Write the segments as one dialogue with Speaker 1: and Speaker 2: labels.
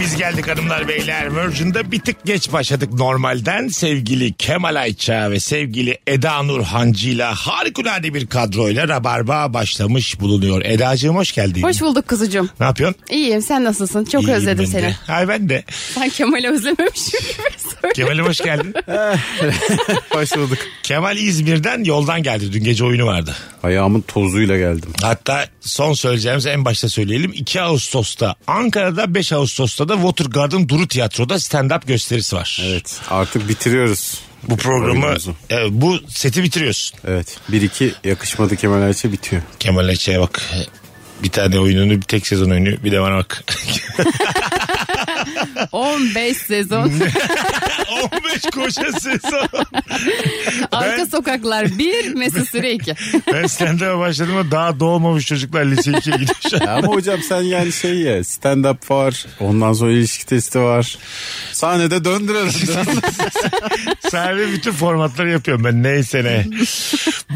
Speaker 1: Biz geldik hanımlar beyler. Virgin'de bir tık geç başladık normalden. Sevgili Kemal Ayça ve sevgili Eda Nur Hancı'yla harikulade bir kadroyla Rabarba başlamış bulunuyor. Eda'cığım hoş geldin.
Speaker 2: Hoş bulduk kuzucuğum.
Speaker 1: Ne yapıyorsun?
Speaker 2: İyiyim sen nasılsın? Çok
Speaker 1: İyiyim
Speaker 2: özledim
Speaker 1: ben
Speaker 2: seni.
Speaker 1: de. Ay ben de.
Speaker 2: Ben Kemal'i özlememişim gibi söyle.
Speaker 1: Kemal'im hoş geldin.
Speaker 3: Hoş bulduk.
Speaker 1: Kemal İzmir'den yoldan geldi. Dün gece oyunu vardı.
Speaker 3: Ayağımın tozuyla geldim.
Speaker 1: Hatta son söyleyeceğimiz en başta söyleyelim. 2 Ağustos'ta Ankara'da 5 Ağustos'ta da Watergarden Duru Tiyatro'da stand-up gösterisi var.
Speaker 3: Evet. Artık bitiriyoruz.
Speaker 1: Bu programı,
Speaker 3: Oyunumuzu.
Speaker 1: e, bu seti bitiriyorsun.
Speaker 3: Evet. Bir iki yakışmadı Kemal Ayça bitiyor.
Speaker 1: Kemal Ayça'ya bak. Bir tane oyununu bir tek sezon oyunu bir de bana bak.
Speaker 2: 15 sezon.
Speaker 1: 15 koşa sezon.
Speaker 2: Arka
Speaker 1: Ben-
Speaker 2: sokaklar 1, Mesut Süre 2.
Speaker 1: ben stand-up'a başladığımda daha doğmamış çocuklar lise 2'ye gidiyor şu an.
Speaker 3: Ya ama hocam sen yani şey ya stand up var. Ondan sonra ilişki testi var. Sahnede döndürelim.
Speaker 1: Sahibi bütün formatları yapıyorum ben neyse ne.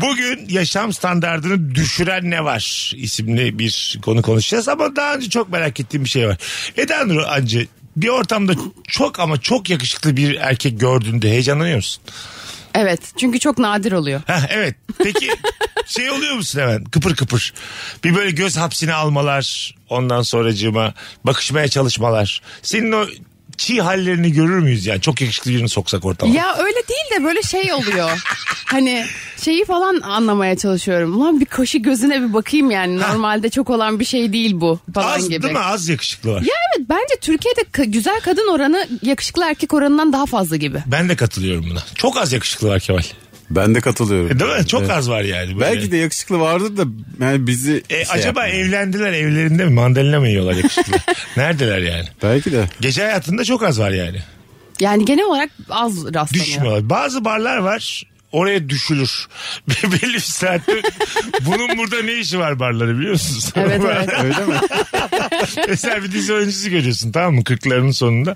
Speaker 1: Bugün yaşam standartını düşüren ne var isimli bir konu konuşacağız ama daha önce çok merak ettiğim bir şey var. Eda Nur Ancı bir ortamda çok ama çok yakışıklı bir erkek gördüğünde heyecanlanıyor musun?
Speaker 2: Evet çünkü çok nadir oluyor.
Speaker 1: Heh, evet. Peki şey oluyor musun hemen kıpır kıpır? Bir böyle göz hapsini almalar ondan sonracığıma bakışmaya çalışmalar. Senin o çiğ hallerini görür müyüz yani? Çok yakışıklı birini soksak ortama.
Speaker 2: Ya öyle değil de böyle şey oluyor. hani şeyi falan anlamaya çalışıyorum. Lan bir kaşı gözüne bir bakayım yani. Normalde çok olan bir şey değil bu falan
Speaker 1: Az
Speaker 2: gibi.
Speaker 1: değil mi? Az yakışıklı var.
Speaker 2: Ya evet bence Türkiye'de ka- güzel kadın oranı yakışıklı erkek oranından daha fazla gibi.
Speaker 1: Ben de katılıyorum buna. Çok az yakışıklı var Kemal. E,
Speaker 3: ben de katılıyorum.
Speaker 1: Değil mi? Çok
Speaker 3: Evet.
Speaker 1: az var yani. Böyle.
Speaker 3: Belki de yakışıklı vardır da yani bizi
Speaker 1: E,
Speaker 3: şey
Speaker 1: acaba
Speaker 3: yapmıyor.
Speaker 1: evlendiler evlerinde mi? Mandalina mı yiyorlar yakışıklı? Neredeler yani?
Speaker 3: Belki de.
Speaker 1: Gece hayatında çok az var yani.
Speaker 2: Yani genel olarak az rastlanıyor.
Speaker 1: Düşmüyorlar. Bazı barlar var oraya düşülür. Belli bir saatte bunun burada ne işi var barları biliyor musunuz?
Speaker 2: Evet, evet.
Speaker 3: Öyle mi?
Speaker 1: Mesela bir dizi oyuncusu görüyorsun tamam mı? Kırklarının sonunda.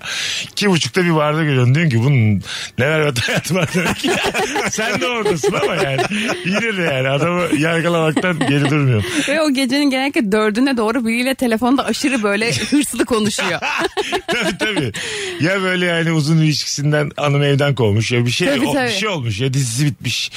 Speaker 1: iki buçukta bir barda görüyorsun. Diyorsun ki bunun ne berbat hayatı var demek ki. Sen de oradasın ama yani. Yine de yani adamı yargılamaktan geri durmuyorum.
Speaker 2: Ve o gecenin genellikle dördüne doğru biriyle telefonda aşırı böyle hırslı konuşuyor.
Speaker 1: tabii tabii. Ya böyle yani uzun ilişkisinden hanım evden kovmuş ya bir şey
Speaker 2: Tabii,
Speaker 1: o-
Speaker 2: tabii.
Speaker 1: bir şey olmuş ya dizisi bitmiş.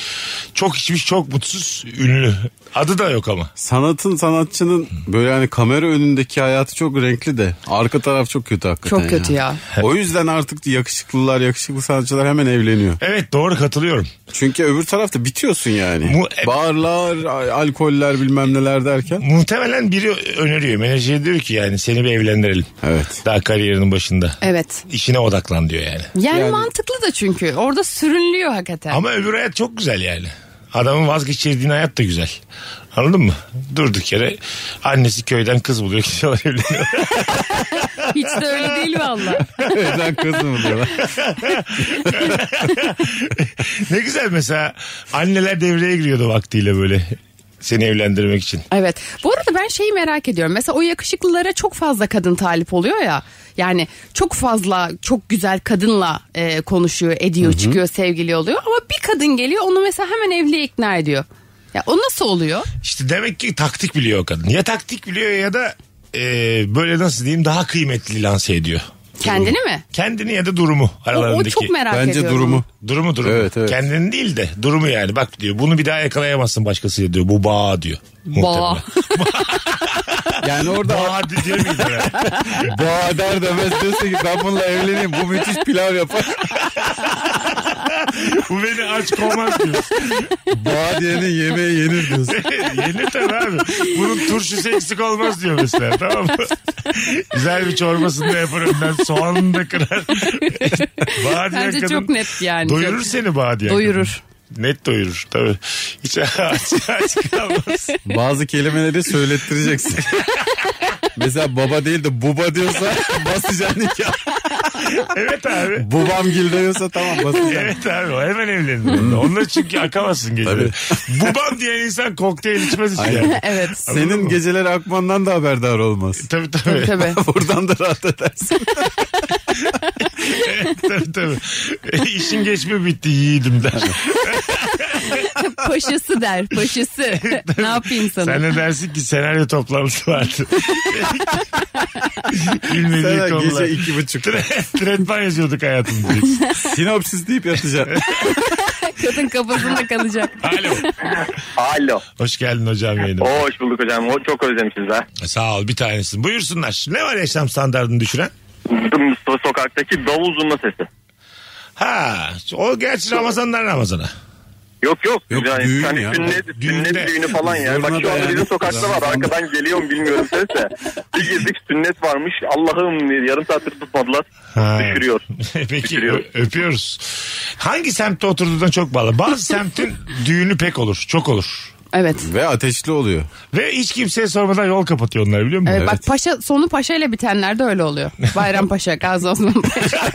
Speaker 1: Çok içmiş, çok mutsuz, ünlü. Adı da yok ama.
Speaker 3: Sanatın sanatçının böyle hani kamera önündeki hayatı çok renkli de arka taraf çok kötü hakikaten.
Speaker 2: Çok kötü ya.
Speaker 3: O yüzden artık yakışıklılar yakışıklı sanatçılar hemen evleniyor.
Speaker 1: Evet doğru katılıyorum.
Speaker 3: Çünkü öbür tarafta bitiyorsun yani.
Speaker 1: Mu-
Speaker 3: Barlar, a- alkoller bilmem neler derken.
Speaker 1: Muhtemelen biri öneriyor. Menajer diyor ki yani seni bir evlendirelim.
Speaker 3: Evet.
Speaker 1: Daha kariyerinin başında.
Speaker 2: Evet.
Speaker 1: İşine odaklan diyor yani.
Speaker 2: Yani,
Speaker 3: Yani-
Speaker 2: mantıklı da çünkü. Orada sürünlüyor hakikaten.
Speaker 1: Ama öbür hayat çok güzel yani. Adamın vazgeçirdiğin hayat da güzel. Anladın mı? Durduk yere annesi köyden kız buluyor. Gidiyorlar evleniyor.
Speaker 2: Hiç de öyle değil valla.
Speaker 3: Evden kız mı diyorlar?
Speaker 1: ne güzel mesela anneler devreye giriyordu vaktiyle böyle seni evlendirmek için.
Speaker 2: Evet. Bu arada ben şeyi merak ediyorum. Mesela o yakışıklılara çok fazla kadın talip oluyor ya. Yani çok fazla çok güzel kadınla e, konuşuyor, ediyor, çıkıyor, sevgili oluyor. Ama bir kadın geliyor onu mesela hemen evliliğe ikna ediyor. Ya o nasıl oluyor?
Speaker 1: İşte demek ki taktik biliyor o kadın. Ya taktik biliyor ya da e, böyle nasıl diyeyim daha kıymetli lanse ediyor.
Speaker 2: Kendini mi?
Speaker 1: Kendini ya da durumu
Speaker 2: O, o
Speaker 1: aralarındaki.
Speaker 2: çok merak ediyorum.
Speaker 3: Bence durumu.
Speaker 1: Durumu durumu.
Speaker 3: Evet, evet.
Speaker 1: Kendini değil de durumu yani. Bak diyor bunu bir daha yakalayamazsın başkasıyla diyor. Bu bağ diyor.
Speaker 2: Bağ.
Speaker 3: Yani orada
Speaker 1: Bağ di- diyor muydu ya?
Speaker 3: Bader demez diyorsa ki ben bununla evleneyim. Bu müthiş pilav yapar.
Speaker 1: Bu beni aç kovmaz diyor.
Speaker 3: Badiye'nin yemeği yenir diyorsun.
Speaker 1: Yenir tabii abi. Bunun turşusu eksik olmaz diyor mesela tamam mı? Güzel bir çorbasını da yapar önden soğanını da kırar. Bağ diyen
Speaker 2: Bence
Speaker 1: kadın
Speaker 2: çok net yani. Çok-
Speaker 1: Doyurur seni bağ diyen
Speaker 2: Doyurur.
Speaker 1: kadın. Net doyurur tabii. Hiç aç, aç kalmaz.
Speaker 3: Bazı kelimeleri söylettireceksin. Mesela baba değil de buba diyorsa basacaksın nikah.
Speaker 1: evet abi.
Speaker 3: Babam gil diyorsa tamam basacağım.
Speaker 1: Evet abi o hemen evlenin. Onlar çünkü akamasın geceleri. Bubam diyen insan kokteyl içmez hiç yani.
Speaker 2: evet.
Speaker 1: Anladın
Speaker 3: Senin
Speaker 1: mı?
Speaker 3: geceleri akmandan da haberdar olmaz.
Speaker 1: Tabii
Speaker 2: Tabii
Speaker 1: tabii.
Speaker 2: tabii.
Speaker 3: Buradan da rahat edersin.
Speaker 1: tabii, tabii. İşin geçme bitti yiğidim der.
Speaker 2: Paşası der paşası. ne yapayım sana?
Speaker 1: Sen de dersin ki senaryo toplantısı vardı. Bilmediği
Speaker 3: Sana
Speaker 1: konular.
Speaker 3: gece iki buçukta.
Speaker 1: Tretman yazıyorduk hayatım diyeceksin.
Speaker 3: Sinopsis deyip yatacaksın.
Speaker 2: Kadın kafasında kalacak.
Speaker 1: Alo.
Speaker 4: Alo.
Speaker 1: Hoş geldin hocam yayınıma.
Speaker 4: Oo, hoş bulduk hocam. O çok özlemişiz ha.
Speaker 1: Sağ ol bir tanesin. Buyursunlar. Ne var yaşam standartını düşüren?
Speaker 4: Dım- so- Sokaktaki davul zurna sesi.
Speaker 1: Ha, o gerçi Ramazan'dan Ramazan'a.
Speaker 4: Yok yok.
Speaker 3: Yok,
Speaker 4: yani,
Speaker 3: düğün
Speaker 4: hani
Speaker 3: ya.
Speaker 4: Sünnet,
Speaker 1: Düğünde.
Speaker 4: sünnet düğünü falan yani. Bak
Speaker 3: Zurna
Speaker 4: şu
Speaker 3: da
Speaker 4: anda
Speaker 3: yani.
Speaker 4: bizim sokakta var. Arkadan geliyor mu bilmiyorum ses de. Bir girdik sünnet varmış. Allah'ım diye yarım saattir tutmadılar.
Speaker 1: Ha.
Speaker 4: Düşürüyor.
Speaker 1: Peki
Speaker 4: Düşürüyor.
Speaker 1: ö- öpüyoruz. Hangi semtte oturduğuna çok bağlı. Bazı semtin düğünü pek olur. Çok olur.
Speaker 2: Evet.
Speaker 3: Ve ateşli oluyor.
Speaker 1: Ve hiç kimseye sormadan yol kapatıyor onlar biliyor musun?
Speaker 2: Evet, bak paşa sonu paşa ile bitenler de öyle oluyor. Bayram Paşa, Gazi Osman Paşa.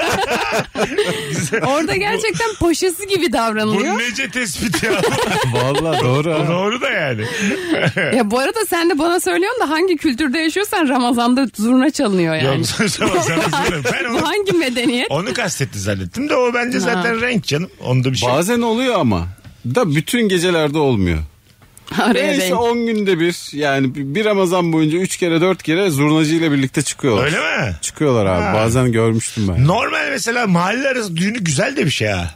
Speaker 2: Orada gerçekten paşası gibi
Speaker 1: Bu
Speaker 2: davranılıyor.
Speaker 1: nece tespit ya.
Speaker 3: Vallahi doğru. ha.
Speaker 1: Doğru da yani.
Speaker 2: Ya bu arada sen de bana söylüyorsun da hangi kültürde yaşıyorsan Ramazan'da zurna çalınıyor yani.
Speaker 1: Yok sen sana sorarım. Ben
Speaker 2: bu
Speaker 1: onu,
Speaker 2: hangi medeniyet?
Speaker 1: onu kastetti zannettim de o bence zaten renk canım. Onda bir şey. yok.
Speaker 3: Bazen oluyor ama. Da bütün gecelerde olmuyor.
Speaker 2: Araya
Speaker 3: Neyse
Speaker 2: denk.
Speaker 3: 10 günde bir yani bir Ramazan boyunca 3 kere 4 kere zurnacı ile birlikte çıkıyorlar.
Speaker 1: Öyle mi?
Speaker 3: Çıkıyorlar abi
Speaker 1: Ha.
Speaker 3: bazen görmüştüm ben.
Speaker 1: Normal mesela mahalle arası düğünü güzel de bir şey ha.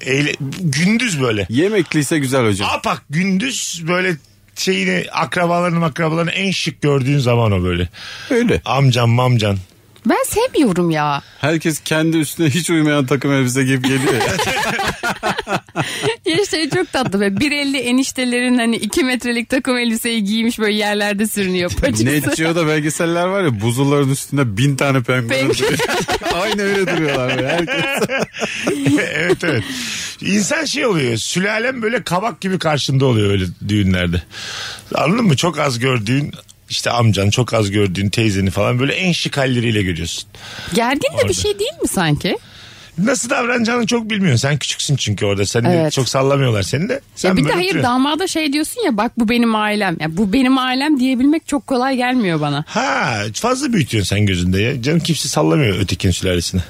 Speaker 1: Eyle- gündüz böyle.
Speaker 3: Yemekliyse güzel hocam.
Speaker 1: Apak gündüz böyle şeyini akrabalarını akrabalarını en şık gördüğün zaman o böyle.
Speaker 3: Öyle.
Speaker 1: Amcan mamcan.
Speaker 2: Ben sevmiyorum ya.
Speaker 3: Herkes kendi üstüne hiç uymayan takım elbise gibi geliyor. ya.
Speaker 2: Ya şey çok tatlı be. 1.50 eniştelerin hani 2 metrelik takım elbiseyi giymiş böyle yerlerde sürünüyor paçası.
Speaker 3: Net Geo'da belgeseller var ya buzulların üstünde bin tane penguen
Speaker 2: Penguen.
Speaker 3: duruyor. Aynı öyle duruyorlar. Böyle. Herkes
Speaker 1: evet evet. İnsan şey oluyor. Sülalem böyle kabak gibi karşında oluyor öyle düğünlerde. Anladın mı? Çok az gördüğün işte amcan çok az gördüğün teyzeni falan böyle en şık halleriyle görüyorsun.
Speaker 2: Gergin de
Speaker 1: Orada.
Speaker 2: bir şey değil mi sanki?
Speaker 1: Nasıl davranacağını çok bilmiyorsun. Sen küçüksün çünkü orada. Seni de
Speaker 2: Evet.
Speaker 1: çok sallamıyorlar seni de. Sen
Speaker 2: ya bir de
Speaker 1: böyle
Speaker 2: hayır
Speaker 1: oturuyorsun.
Speaker 2: damada şey diyorsun ya bak bu benim ailem. Ya bu benim ailem diyebilmek çok kolay gelmiyor bana.
Speaker 1: Ha fazla büyütüyorsun sen gözünde ya. Canım kimse sallamıyor ötekin sülalesini.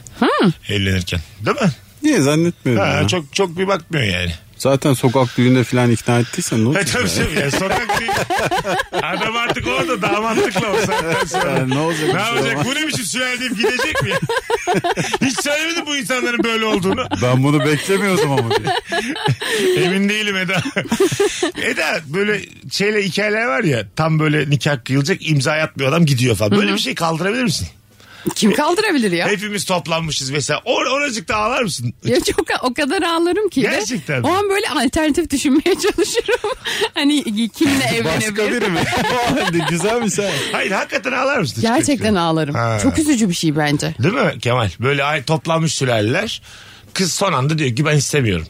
Speaker 1: Evlenirken. Değil mi?
Speaker 3: Niye zannetmiyorum
Speaker 1: Ha,
Speaker 3: ya.
Speaker 1: çok çok bir bakmıyor yani.
Speaker 3: Zaten sokak düğünde falan ikna ettiysen ne
Speaker 1: Ha,
Speaker 3: olacak?
Speaker 1: E, tabii
Speaker 3: ya?
Speaker 1: tabii. Yani sokak değil. Adam artık orada damatlıkla o saatten sonra.
Speaker 3: Ya ne olacak?
Speaker 1: Ne
Speaker 3: bir şey
Speaker 1: yapacak?
Speaker 3: olmaz.
Speaker 1: Bu ne biçim sülale deyip gidecek mi? ya? Hiç söylemedi bu insanların böyle olduğunu.
Speaker 3: Ben bunu beklemiyordum ama.
Speaker 1: Emin değilim Eda. Eda böyle şeyle hikayeler var ya tam böyle nikah kıyılacak imza atmıyor adam gidiyor falan. Böyle bir şey kaldırabilir misin?
Speaker 2: Kim kaldırabilir ya?
Speaker 1: Hepimiz toplanmışız mesela. Or oracıkta ağlar mısın?
Speaker 2: Ya çok o kadar ağlarım ki. de.
Speaker 1: Gerçekten mi?
Speaker 2: O an böyle alternatif düşünmeye çalışırım. hani kimle
Speaker 3: Başka
Speaker 2: evlenebilirim.
Speaker 3: biri mi? O halde güzelmiş ha.
Speaker 1: Hayır hakikaten ağlar mısın?
Speaker 2: Gerçekten ağlarım.
Speaker 1: Ha.
Speaker 2: Çok üzücü bir şey bence.
Speaker 1: Değil mi Kemal? Böyle ay toplanmış sülaleler. Kız son anda diyor ki ben istemiyorum.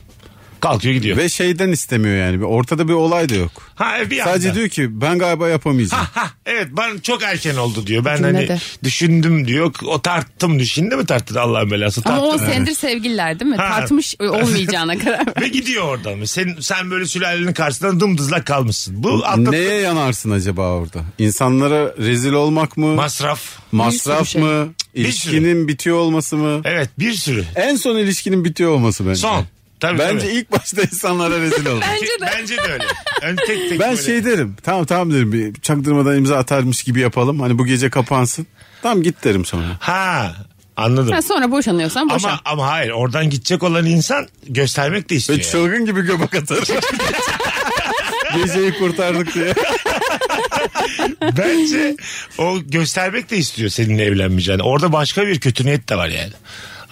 Speaker 1: Kalkıyor gidiyor.
Speaker 3: Ve şeyden istemiyor yani. Bir- Ortada bir olay da yok.
Speaker 1: ha bir
Speaker 3: Sadece
Speaker 1: anda.
Speaker 3: diyor ki ben galiba yapamayacağım.
Speaker 1: Ha, evet ben çok erken oldu diyor. Ben
Speaker 2: Cümlede.
Speaker 1: hani düşündüm diyor. O tarttım düşündü mi tarttı Allah'ın belası
Speaker 2: Ama
Speaker 1: tarttı.
Speaker 2: 10 senedir sevgililer değil mi?
Speaker 1: Ha.
Speaker 2: Tartmış olmayacağına karar ver.
Speaker 1: Ve gidiyor oradan. Sen, sen böyle sülalenin karşısında dımdızlak kalmışsın. Bu atlattık.
Speaker 3: Neye yanarsın acaba orada? İnsanlara rezil olmak mı?
Speaker 1: Masraf.
Speaker 2: Bir
Speaker 3: masraf
Speaker 2: sürü
Speaker 3: mı?
Speaker 1: Bir
Speaker 3: İlişkinin bitiyor olması mı?
Speaker 1: Evet bir sürü.
Speaker 3: En son ilişkinin bitiyor olması bence.
Speaker 1: Son. Tabii,
Speaker 3: bence
Speaker 1: tabii.
Speaker 3: ilk başta insanlara rezil olmak.
Speaker 2: Bence de.
Speaker 1: Bence de öyle. Yani tek tek
Speaker 3: ben
Speaker 1: böyle.
Speaker 3: şey derim. Tamam tamam derim. Bir çaktırmadan imza atarmış gibi yapalım. Hani bu gece kapansın. Tamam git derim sonra.
Speaker 1: Ha anladım.
Speaker 2: Ha, sonra boşanıyorsan boşan.
Speaker 1: Ama, ama hayır oradan gidecek olan insan göstermek de istiyor.
Speaker 3: Ve
Speaker 1: yani.
Speaker 3: çılgın gibi göbek atarım. Geceyi kurtardık diye.
Speaker 1: Bence o göstermek de istiyor seninle evlenmeyeceğini. Orada başka bir kötü niyet de var yani.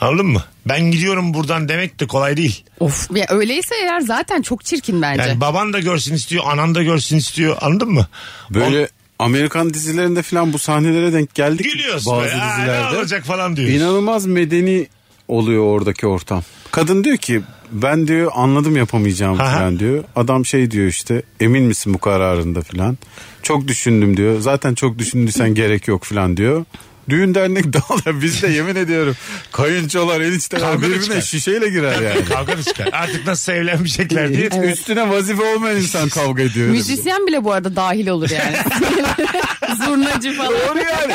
Speaker 1: Anladın mı? Ben gidiyorum buradan demek de kolay değil.
Speaker 2: Of ya öyleyse eğer zaten çok çirkin bence.
Speaker 1: Yani baban da görsün istiyor, anan da görsün istiyor. Anladın mı?
Speaker 3: Böyle Amerikan dizilerinde falan bu sahnelere denk geldik.
Speaker 1: Gülüyorsun
Speaker 3: bazı
Speaker 1: böyle. "Aa, ne
Speaker 3: dizilerde.
Speaker 1: olacak falan diyorsun.
Speaker 3: İnanılmaz medeni oluyor oradaki ortam. Kadın diyor ki ben diyor anladım yapamayacağım
Speaker 1: Aha.
Speaker 3: falan diyor. Adam şey diyor işte emin misin bu kararında falan. Çok düşündüm diyor. Zaten çok düşündüysen gerek yok falan diyor. düğün dernek dağılır. Biz de yemin ediyorum kayınçolar enişteler
Speaker 1: Kavga da çıkar.
Speaker 3: birbirine şişeyle girer yani.
Speaker 1: Kavga da çıkar. Artık nasıl evlenmeyecekler diye.
Speaker 3: Hiç Üstüne vazife olmayan insan kavga ediyor.
Speaker 2: Müzisyen bile bu arada dahil olur yani. Zurnacı falan.
Speaker 3: Doğru yani.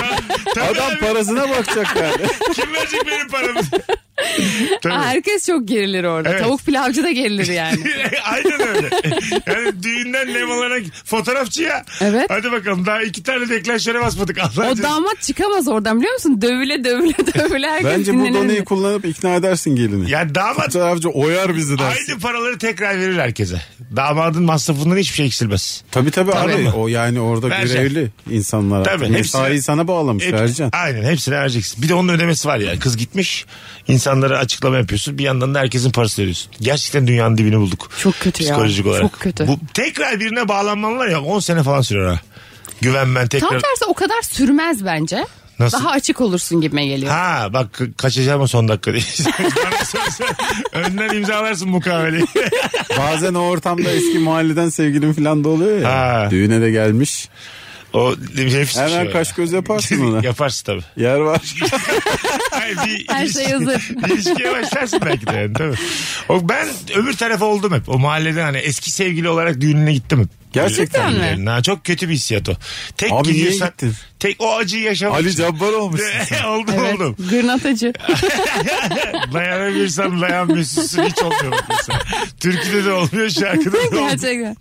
Speaker 3: Adam parasına bakacak yani.
Speaker 1: Kim verecek benim paramı? Tabii.
Speaker 2: Herkes çok gerilir orada.
Speaker 1: Evet.
Speaker 2: Tavuk pilavcı da gerilir yani.
Speaker 1: Aynen öyle. Yani düğünden nem olarak fotoğrafçı ya.
Speaker 2: Evet.
Speaker 1: Hadi bakalım daha iki tane deklanşöre basmadık. Allah
Speaker 2: O damat çıkamaz oradan biliyor musun? Dövüle dövüle dövüle herkes
Speaker 3: Bence bu
Speaker 2: dinlenir.
Speaker 3: doneyi kullanıp ikna edersin gelini.
Speaker 1: Ya damat
Speaker 3: Fotoğrafçı oyar bizi dersin.
Speaker 1: aynı paraları tekrar verir herkese. Damadın masrafından hiçbir şey eksilmez.
Speaker 3: Tabii tabii abi.
Speaker 1: mi?
Speaker 3: O yani orada
Speaker 1: Vereceğim.
Speaker 3: görevli insanlar.
Speaker 1: Tabii,
Speaker 3: Tabii, Mesai
Speaker 1: hepsine-
Speaker 3: sana bağlamış
Speaker 1: Hep-
Speaker 3: Ercan.
Speaker 1: Aynen hepsini vereceksin. Bir de onun ödemesi var ya. Kız gitmiş. insanlara açıklama yapıyorsun. Bir yandan da herkesin parası veriyorsun. Gerçekten dünyanın dibini bulduk.
Speaker 2: Çok kötü ya.
Speaker 1: Psikolojik olarak.
Speaker 2: Çok kötü.
Speaker 1: Bu, tekrar birine bağlanman var ya 10 sene falan sürer ha. Güvenmen
Speaker 2: Tam
Speaker 1: tekrar.
Speaker 2: tersi o kadar sürmez bence.
Speaker 1: Nasıl?
Speaker 2: Daha açık olursun gibime geliyor.
Speaker 1: Ha bak ka- kaçacağım o son dakika diye. Bana sorsan, Önden imzalarsın mukaveleyi.
Speaker 3: Bazen o ortamda eski mahalleden sevgilim falan da oluyor ya.
Speaker 1: Ha.
Speaker 3: Düğüne de gelmiş.
Speaker 1: o hepsi
Speaker 3: Hemen
Speaker 1: düşüyor
Speaker 3: kaş
Speaker 1: ya.
Speaker 3: göz yaparsın ona.
Speaker 1: Yaparsın tabii.
Speaker 3: Yer var.
Speaker 1: Hayır, bir
Speaker 2: Her
Speaker 1: ilişki-
Speaker 2: şey hazır.
Speaker 1: İlişkiye başlarsın belki de yani tabii. O, ben öbür tarafa oldum hep. O mahalleden hani eski sevgili olarak düğününe gittim hep.
Speaker 3: Gerçekten
Speaker 2: mi?
Speaker 1: Düğünlerine. Ha, çok kötü bir hissiyat o. Tek
Speaker 3: Abi niye
Speaker 1: gidiyorsan,
Speaker 3: gittin?
Speaker 1: Tek o acıyı yaşamak
Speaker 3: Ali
Speaker 1: için.
Speaker 3: Cabbar olmuş.
Speaker 1: oldum
Speaker 2: Evet.
Speaker 1: oldum.
Speaker 2: Gırnatacı.
Speaker 1: Dayanamıyorsam dayan mesutsun hiç olmuyor bak mesela. Türküde de olmuyor şarkıda da olmuyor.
Speaker 2: Gerçekten.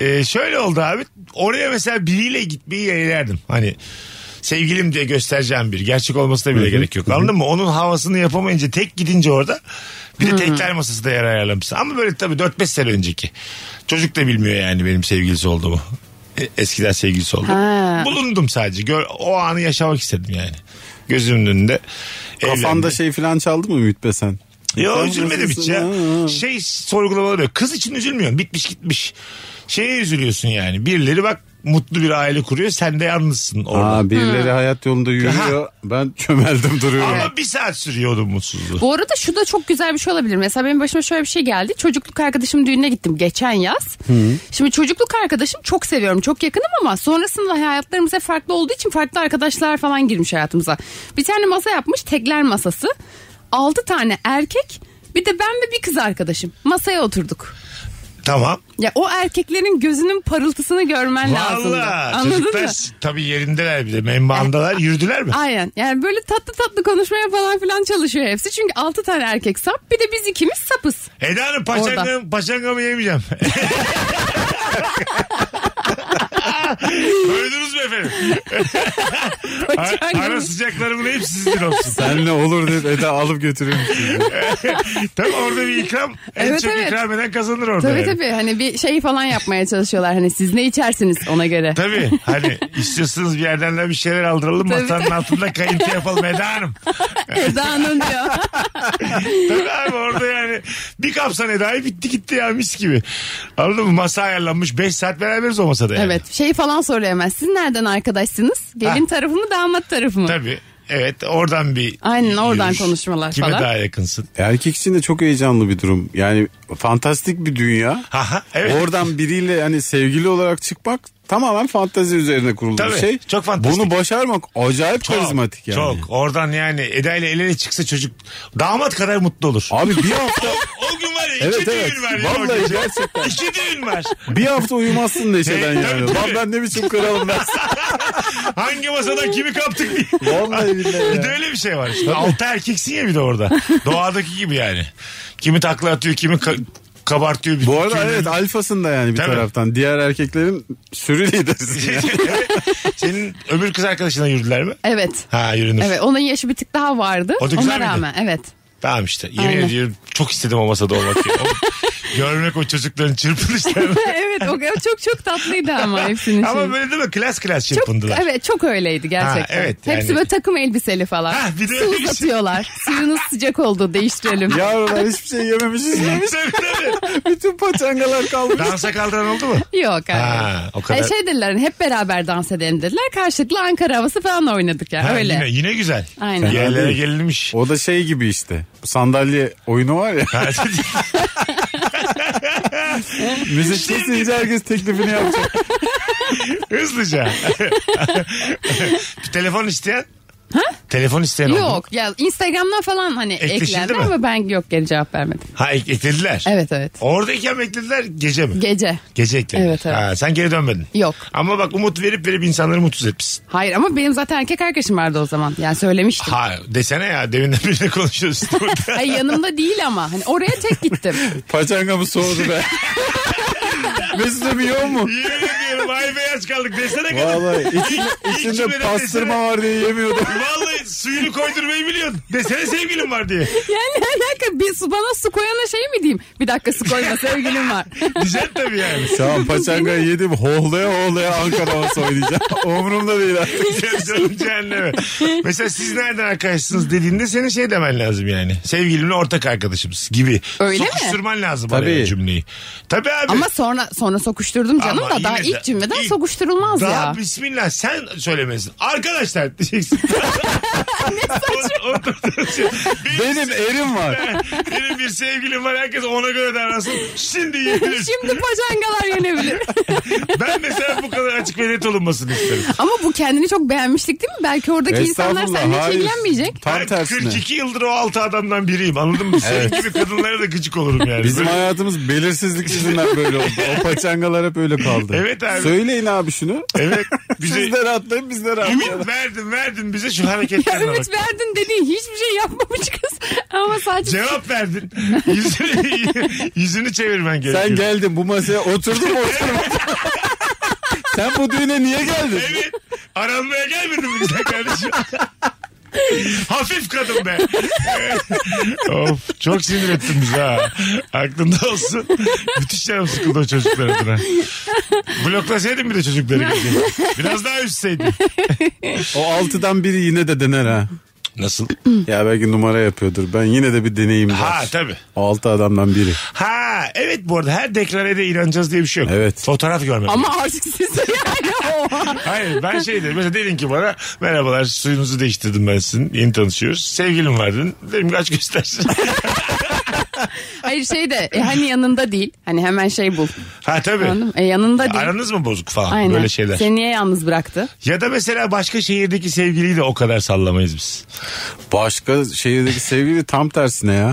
Speaker 1: Ee, şöyle oldu abi. Oraya mesela biriyle gitmeyi yeğlerdim. Hani sevgilim diye göstereceğim bir. Gerçek olmasına bile gerek yok. Anladın mı? Onun havasını yapamayınca tek gidince orada bir de tekler masası da yer ayarlamışsın. Ama böyle tabii 4-5 sene önceki. Çocuk da bilmiyor yani benim sevgilisi olduğumu. E, Eskiden sevgilisi oldum.
Speaker 2: Ha.
Speaker 1: Bulundum sadece. Gör, o anı yaşamak istedim yani. Gözümün önünde.
Speaker 3: Kafanda
Speaker 1: Evlendim.
Speaker 3: şey falan çaldı mı Ümit be sen?
Speaker 1: Yo
Speaker 3: Kafanda
Speaker 1: üzülmedim hiç ya.
Speaker 3: Ha.
Speaker 1: Şey sorgulamaları yok. Kız için üzülmüyorsun. Bitmiş gitmiş. Şeye üzülüyorsun yani. Birileri bak mutlu bir aile kuruyor. Sen de yalnızsın orada.
Speaker 3: Aa, birileri hayat yolunda yürüyor. Ben çömeldim duruyorum.
Speaker 1: Ama bir saat sürüyor o mutsuzluğu.
Speaker 2: Bu arada şu da çok güzel bir şey olabilir. Mesela benim başıma şöyle bir şey geldi. Çocukluk arkadaşım düğününe gittim geçen yaz. Şimdi çocukluk arkadaşım çok seviyorum. Çok yakınım ama sonrasında hayatlarımız hep farklı olduğu için farklı arkadaşlar falan girmiş hayatımıza. Bir tane masa yapmış tekler masası. 6 tane erkek bir de ben ve bir kız arkadaşım. Masaya oturduk.
Speaker 1: Tamam.
Speaker 2: Ya o erkeklerin gözünün parıltısını görmen lazım.
Speaker 1: Valla çocuklar tabii yerindeler bir de menbaandalar. Yürüdüler mi?
Speaker 2: Aynen. Yani böyle tatlı tatlı konuşmaya falan filan çalışıyor hepsi. Çünkü 6 tane erkek sap bir de biz ikimiz sapız.
Speaker 1: Eda Hanım paçangamı, paçangamı yemeyeceğim. Duydunuz mu efendim?
Speaker 2: Paçangam.
Speaker 1: Ara sıcaklarımın hepsi sizin olsun.
Speaker 3: Senle olur dedi Eda alıp götürür müsün?
Speaker 1: Tabii orada bir ikram. En
Speaker 2: Evet,
Speaker 1: çok
Speaker 2: evet.
Speaker 1: ikram eden kazanır orada.
Speaker 2: Tabii
Speaker 1: yani.
Speaker 2: tabii hani bir şey falan yapmaya çalışıyorlar. Hani siz ne içersiniz ona göre.
Speaker 1: Tabii hani istiyorsanız bir yerden de bir şeyler aldıralım
Speaker 2: Tabii,
Speaker 1: masanın altında kayıntı yapalım Eda Hanım.
Speaker 2: Eda Hanım diyor.
Speaker 1: Tabii abi orada yani bir kapsan Eda'yı bitti gitti ya mis gibi. Anladın mı? Masa ayarlanmış 5 saat beraberiz o masada yani.
Speaker 2: evet şey falan soruyor hemen. Siz nereden arkadaşsınız? Gelin
Speaker 1: Ha.
Speaker 2: tarafı mı damat tarafı mı?
Speaker 1: Tabii. Evet oradan bir
Speaker 2: Aynen, oradan konuşmalar
Speaker 1: Kime
Speaker 2: falan.
Speaker 1: daha yakınsın?
Speaker 3: Erkek için de çok heyecanlı bir durum. Yani fantastik bir dünya.
Speaker 1: Aha, evet.
Speaker 3: Oradan biriyle hani sevgili olarak çıkmak tamamen fantezi üzerine kurulu
Speaker 1: Tabii,
Speaker 3: bir şey.
Speaker 1: çok fantastik.
Speaker 3: Bunu başarmak acayip
Speaker 1: Çok,
Speaker 3: karizmatik yani.
Speaker 1: Çok. Oradan yani Eda ile el ele çıksa çocuk damat kadar mutlu olur.
Speaker 3: Abi bir hafta
Speaker 1: O gün var ya iki
Speaker 3: evet
Speaker 1: düğün
Speaker 3: evet.
Speaker 1: var ya. o
Speaker 3: Vallahi
Speaker 1: gece.
Speaker 3: gerçekten.
Speaker 1: İki düğün var.
Speaker 3: Bir hafta uyumazsın neşeden
Speaker 1: Tabii,
Speaker 3: yani.
Speaker 1: tabii.
Speaker 3: Lan ben ne biçim kralım ben.
Speaker 1: Hangi masadan kimi kaptık diye.
Speaker 3: Vallahi billahi
Speaker 1: Bir de
Speaker 3: ya.
Speaker 1: öyle bir şey var işte. Altı erkeksin ya bir de orada. Doğadaki gibi yani. Kimi takla atıyor, kimi ka- kabartıyor. Bir
Speaker 3: Bu arada
Speaker 1: kimi-
Speaker 3: evet alfasın da yani bir
Speaker 1: Tabii.
Speaker 3: taraftan. Diğer erkeklerin sürü liderisin ya.
Speaker 1: Senin öbür kız arkadaşına yürüdüler mi?
Speaker 2: Evet.
Speaker 1: Ha yürünür.
Speaker 2: Evet onun yaşı bir tık daha vardı.
Speaker 1: O da güzel
Speaker 2: Ona
Speaker 1: miydi?
Speaker 2: rağmen evet.
Speaker 1: Tamam işte. Yemin
Speaker 2: Aynen.
Speaker 1: ediyorum çok istedim o masada olmak. ya. O- görmek o çocukların çırpınışlarını.
Speaker 2: evet o kadar çok çok tatlıydı ama hepsinin şeyi.
Speaker 1: Ama böyle değil mi? Klas klas
Speaker 2: çok,
Speaker 1: çırpındılar.
Speaker 2: evet çok öyleydi gerçekten.
Speaker 1: Ha, evet,
Speaker 2: Hepsi
Speaker 1: yani-
Speaker 2: böyle takım elbiseli falan.
Speaker 1: Ha, bir de
Speaker 2: Su
Speaker 1: öyle bir şey.
Speaker 2: uzatıyorlar. Suyunuz sıcak oldu değiştirelim.
Speaker 3: Yavrular hiçbir şey yememişiz.
Speaker 1: Tabii, tabii.
Speaker 3: Bütün paçangalar kalmış.
Speaker 1: Dansa kaldıran oldu mu?
Speaker 2: Yok hayır.
Speaker 1: Ha, o kadar.
Speaker 2: E, şey dediler hep beraber dans edelim dediler. Karşılıklı Ankara havası falan oynadık yani
Speaker 1: Ha,
Speaker 2: öyle.
Speaker 1: Yine, yine güzel.
Speaker 2: Aynen.
Speaker 1: Bir Yerlere
Speaker 3: Değil.
Speaker 1: gelinmiş.
Speaker 3: O da şey gibi işte. Sandalye oyunu var ya. Müzik kesince herkes teklifini yapacak.
Speaker 1: Hızlıca. bir telefon isteyen Telefon isteyen oldu. mu?
Speaker 2: Yok ya Instagram'dan falan hani
Speaker 1: Ekleşildi
Speaker 2: eklendi
Speaker 1: mi?
Speaker 2: ama ben yok geri cevap vermedim.
Speaker 1: Ha ek- eklediler.
Speaker 2: Evet evet.
Speaker 1: Oradayken mi eklediler gece mi?
Speaker 2: Gece.
Speaker 1: Gece eklediler.
Speaker 2: Evet, evet.
Speaker 1: Ha, sen geri dönmedin.
Speaker 2: Yok.
Speaker 1: Ama bak umut verip verip insanları mutsuz etmişsin.
Speaker 2: Hayır ama benim zaten erkek arkadaşım vardı o zaman. Yani söylemiştim.
Speaker 1: Ha desene ya deminden beri konuşuyoruz.
Speaker 2: Ay yanımda değil ama. Hani oraya tek gittim.
Speaker 3: Paçangamı soğudu be. Mesut'um yiyor mu?
Speaker 1: Yemin ediyorum ay beyaz kaldık desene kadın.
Speaker 3: Vallahi içinde,
Speaker 1: İlk cümleden
Speaker 3: içinde pastırma
Speaker 1: desene.
Speaker 3: var diye yemiyordum.
Speaker 1: Vallahi suyunu koydurmayı biliyorsun. Desene sevgilim var diye.
Speaker 2: Yani ne alaka? Bir su bana su koyana şey mi diyeyim? Bir dakika su koyma sevgilim var.
Speaker 1: Güzel tabii yani.
Speaker 3: Şu an paçanga yedim. Hohlaya hohlaya Ankara havası oynayacağım. Umurumda değil artık.
Speaker 1: Sen canım cehenneme. Mesela siz nereden arkadaşsınız dediğinde senin şey demen lazım yani. Sevgilimle ortak arkadaşımız gibi.
Speaker 2: Öyle mi?
Speaker 1: Sokuşturman lazım
Speaker 3: Tabii.
Speaker 1: araya cümleyi. Tabii abi.
Speaker 2: ama sonra sonra sokuşturdum canım
Speaker 1: Ama
Speaker 2: da daha
Speaker 1: yine de-
Speaker 2: ilk cümleden
Speaker 1: ilk-
Speaker 2: sokuşturulmaz
Speaker 1: daha
Speaker 2: ya.
Speaker 1: bismillah sen söylemesin. Arkadaşlar diyeceksin. Oturduğun şey. Benim,
Speaker 3: Benim erim var.
Speaker 1: benim bir sevgilim var herkes ona göre davransın. Şimdi yenilir.
Speaker 2: Şimdi pacangalar yenebilir.
Speaker 1: ben mesela bu kadar açık ve net olunmasını isterim.
Speaker 2: ama bu kendini çok beğenmişlik değil mi? Belki oradaki insanlar
Speaker 3: Estağfurullah,
Speaker 2: seninle hiç
Speaker 3: hayır.
Speaker 2: ilgilenmeyecek.
Speaker 3: Tam
Speaker 1: Ben
Speaker 3: tersine.
Speaker 1: 42 yıldır o altı adamdan biriyim anladın mı? Senin gibi kadınlara da gıcık olurum yani.
Speaker 3: Bizim
Speaker 1: Böyle-
Speaker 3: hayatımız belirsizlik yüzünden böyle oldu. O paçangalar hep öyle kaldı.
Speaker 1: Evet abi.
Speaker 3: Söyleyin abi şunu.
Speaker 1: Evet.
Speaker 3: Bize...
Speaker 1: Bize
Speaker 3: Siz de rahatlayın biz de rahatlayalım.
Speaker 1: ümit verdin verdin bize şu
Speaker 2: Ya
Speaker 1: hareketlerine bak.
Speaker 2: ümit verdin dediğin hiçbir şey yapmamış kız. Ama sadece
Speaker 1: Cevap verdin. Yüzünü, yüzünü çevirmen gerekiyor.
Speaker 3: Sen geldin bu masaya oturdun mu oturmadın. Sen bu düğüne niye geldin?
Speaker 1: Evet. Aranmaya gelmedin mi güzel kardeşim? Hafif kadın be. of çok sinir ettin bizi ha. Aklında olsun. Müthiş canım sıkıldı o çocuklar adına. Bloklasaydın bir de çocukları. gece. Biraz daha üstseydin.
Speaker 3: O altıdan biri yine de dener ha.
Speaker 1: Nasıl?
Speaker 3: Ya belki numara yapıyordur. Ben yine de bir deneyim var.
Speaker 1: Ha tabii.
Speaker 3: O altı adamdan biri.
Speaker 1: Ha evet bu arada her deklarede inanacağız diye bir şey yok.
Speaker 3: Evet.
Speaker 1: Fotoğraf görmek.
Speaker 2: ama artık siz yani o.
Speaker 1: Hayır ben şey dedim. Mesela dedin ki bana merhabalar suyunuzu değiştirdim ben sizin. Yeni tanışıyoruz. Sevgilim var dedin. Dedim kaç göster.
Speaker 2: Hayır şey de e, hani yanında değil. Hani hemen şey bul.
Speaker 1: ha tabii.
Speaker 2: Anladın mı? E, yanında değil.
Speaker 1: Aranız mı bozuk falan
Speaker 2: Aynen.
Speaker 1: böyle şeyler.
Speaker 2: Seni niye yalnız bıraktı?
Speaker 1: Ya da mesela başka şehirdeki sevgiliyi de o kadar sallamayız biz.
Speaker 3: Başka şehirdeki sevgili tam tersine ya.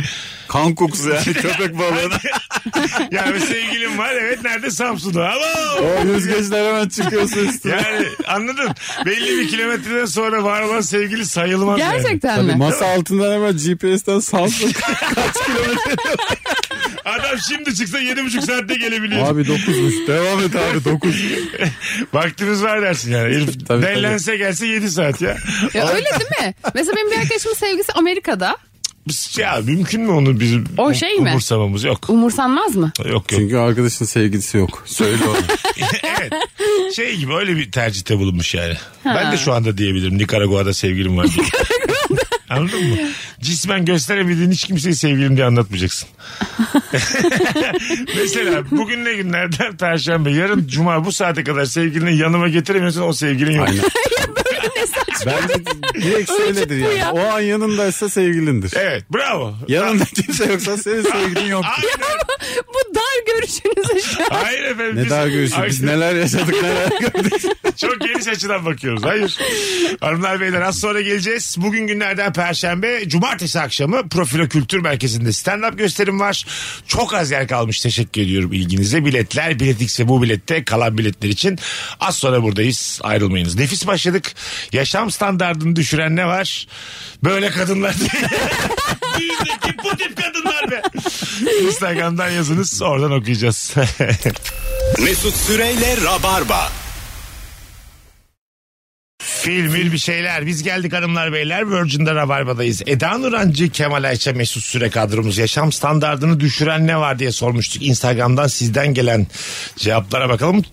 Speaker 3: Kan kokusu yani köpek balığına.
Speaker 1: yani sevgilim var evet nerede Samsun'da ama
Speaker 3: O yüzgeçler hemen çıkıyorsun üstüne.
Speaker 1: yani anladın belli bir kilometreden sonra var olan sevgili sayılmaz yani.
Speaker 2: Gerçekten mi?
Speaker 3: Masa altından hemen GPS'ten salsın. Kaç kilometre?
Speaker 1: Adam şimdi çıksa yedi buçuk saatte gelebiliyor.
Speaker 3: Abi dokuzmuş. Devam et abi dokuz.
Speaker 1: Vaktimiz var dersin yani. Herif
Speaker 3: Tabii,
Speaker 1: dellense gelse 7 saat ya.
Speaker 2: Ya öyle değil mi? Mesela benim bir arkadaşımın sevgisi Amerika'da.
Speaker 1: Biz- şey ya mümkün mü onu bizim um-
Speaker 2: O şey mi?
Speaker 1: umursamamız? Yok.
Speaker 2: Umursanmaz mı?
Speaker 1: Yok yok.
Speaker 3: Çünkü arkadaşın sevgilisi yok. Söyle onu.
Speaker 1: evet. Şey gibi öyle bir tercihte bulunmuş yani. Ben de şu anda diyebilirim Nikaragua'da sevgilim var diye. Anladın mı? Cismen gösteremediğin hiç kimseye sevgilim diye anlatmayacaksın. Mesela bugün ne günlerden Perşembe yarın Cuma bu saate kadar sevgilini yanıma getiremiyorsan o sevgilin yok.
Speaker 3: Bence direkt
Speaker 2: çıktı
Speaker 3: söyledir yani.
Speaker 2: ya.
Speaker 3: O an yanındaysa sevgilindir.
Speaker 1: Evet bravo.
Speaker 3: Yanında kimse yoksa senin sevgilin yok.
Speaker 1: Aynen.
Speaker 2: Bu dar görüşünüz işte.
Speaker 1: Hayır efendim.
Speaker 3: Ne
Speaker 1: biz-
Speaker 3: daha görüşürüz. Biz
Speaker 1: Aynen.
Speaker 3: neler yaşadık neler gördük.
Speaker 1: Çok geniş açıdan bakıyoruz. Hayır. Hanımlar beyler az sonra geleceğiz. Bugün günlerden Perşembe. Cumartesi akşamı Profilo Kültür Merkezi'nde stand-up gösterim var. Çok az yer kalmış. Teşekkür ediyorum ilginize. Biletler, biletix ve bu bilette kalan biletler için az sonra buradayız. Ayrılmayınız. Nefis başladık. Yaşam standartını düşüren ne var? Böyle kadınlar diye. Düğündeki bu tip kadınlar be. Instagram'dan yazınız. Oradan okuyacağız.
Speaker 5: Mesut Süreyle Rabarba.
Speaker 1: Filmil bir şeyler. Biz geldik hanımlar beyler. Virgin'de Rabarba'dayız. Eda Nurancı, Kemal Ayça, Mesut Süre kadromuz. Yaşam standartını düşüren ne var diye sormuştuk. Instagram'dan sizden gelen cevaplara bakalım.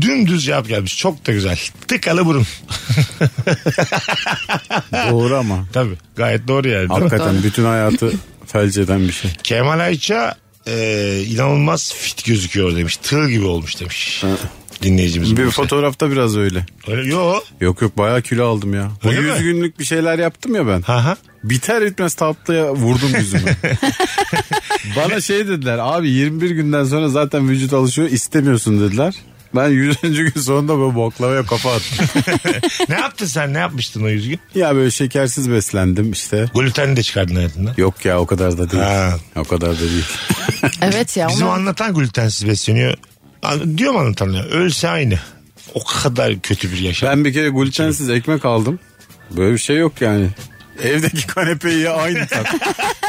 Speaker 1: Dümdüz cevap gelmiş. Çok da güzel. Tıkalı burun.
Speaker 3: Doğru ama.
Speaker 1: Tabii. Gayet doğru yani. değil mi?
Speaker 3: Hakikaten bütün hayatı felç eden bir şey.
Speaker 1: Kemal Ayça e, inanılmaz fit gözüküyor demiş. Tığ gibi olmuş demiş. Dinleyicimiz.
Speaker 3: Bir
Speaker 1: bu.
Speaker 3: fotoğrafta biraz öyle.
Speaker 1: Öyle, yo.
Speaker 3: Yok yok bayağı kilo aldım ya. Bu
Speaker 1: Öyle mi?
Speaker 3: yüz günlük bir şeyler yaptım ya ben.
Speaker 1: Ha ha.
Speaker 3: Biter bitmez tatlıya vurdum yüzümü. Bana şey dediler abi 21 günden sonra zaten vücut alışıyor istemiyorsun dediler. Ben 100. gün sonunda böyle boklavaya kafa attım.
Speaker 1: ne yaptın sen? Ne yapmıştın o yüz gün?
Speaker 3: ya böyle şekersiz beslendim işte.
Speaker 1: Gluteni de çıkardın hayatından.
Speaker 3: Yok ya o kadar da değil.
Speaker 1: Ha.
Speaker 3: O kadar da değil.
Speaker 2: Evet ya.
Speaker 1: Bizim
Speaker 2: ama-
Speaker 1: anlatan glutensiz besleniyor. An- Diyor mu anlatan ya? Ölse aynı. O kadar kötü bir yaşam.
Speaker 3: Ben bir kere glutensiz ekmek aldım. Böyle bir şey yok yani. Evdeki kanepeyi ye aynı tat.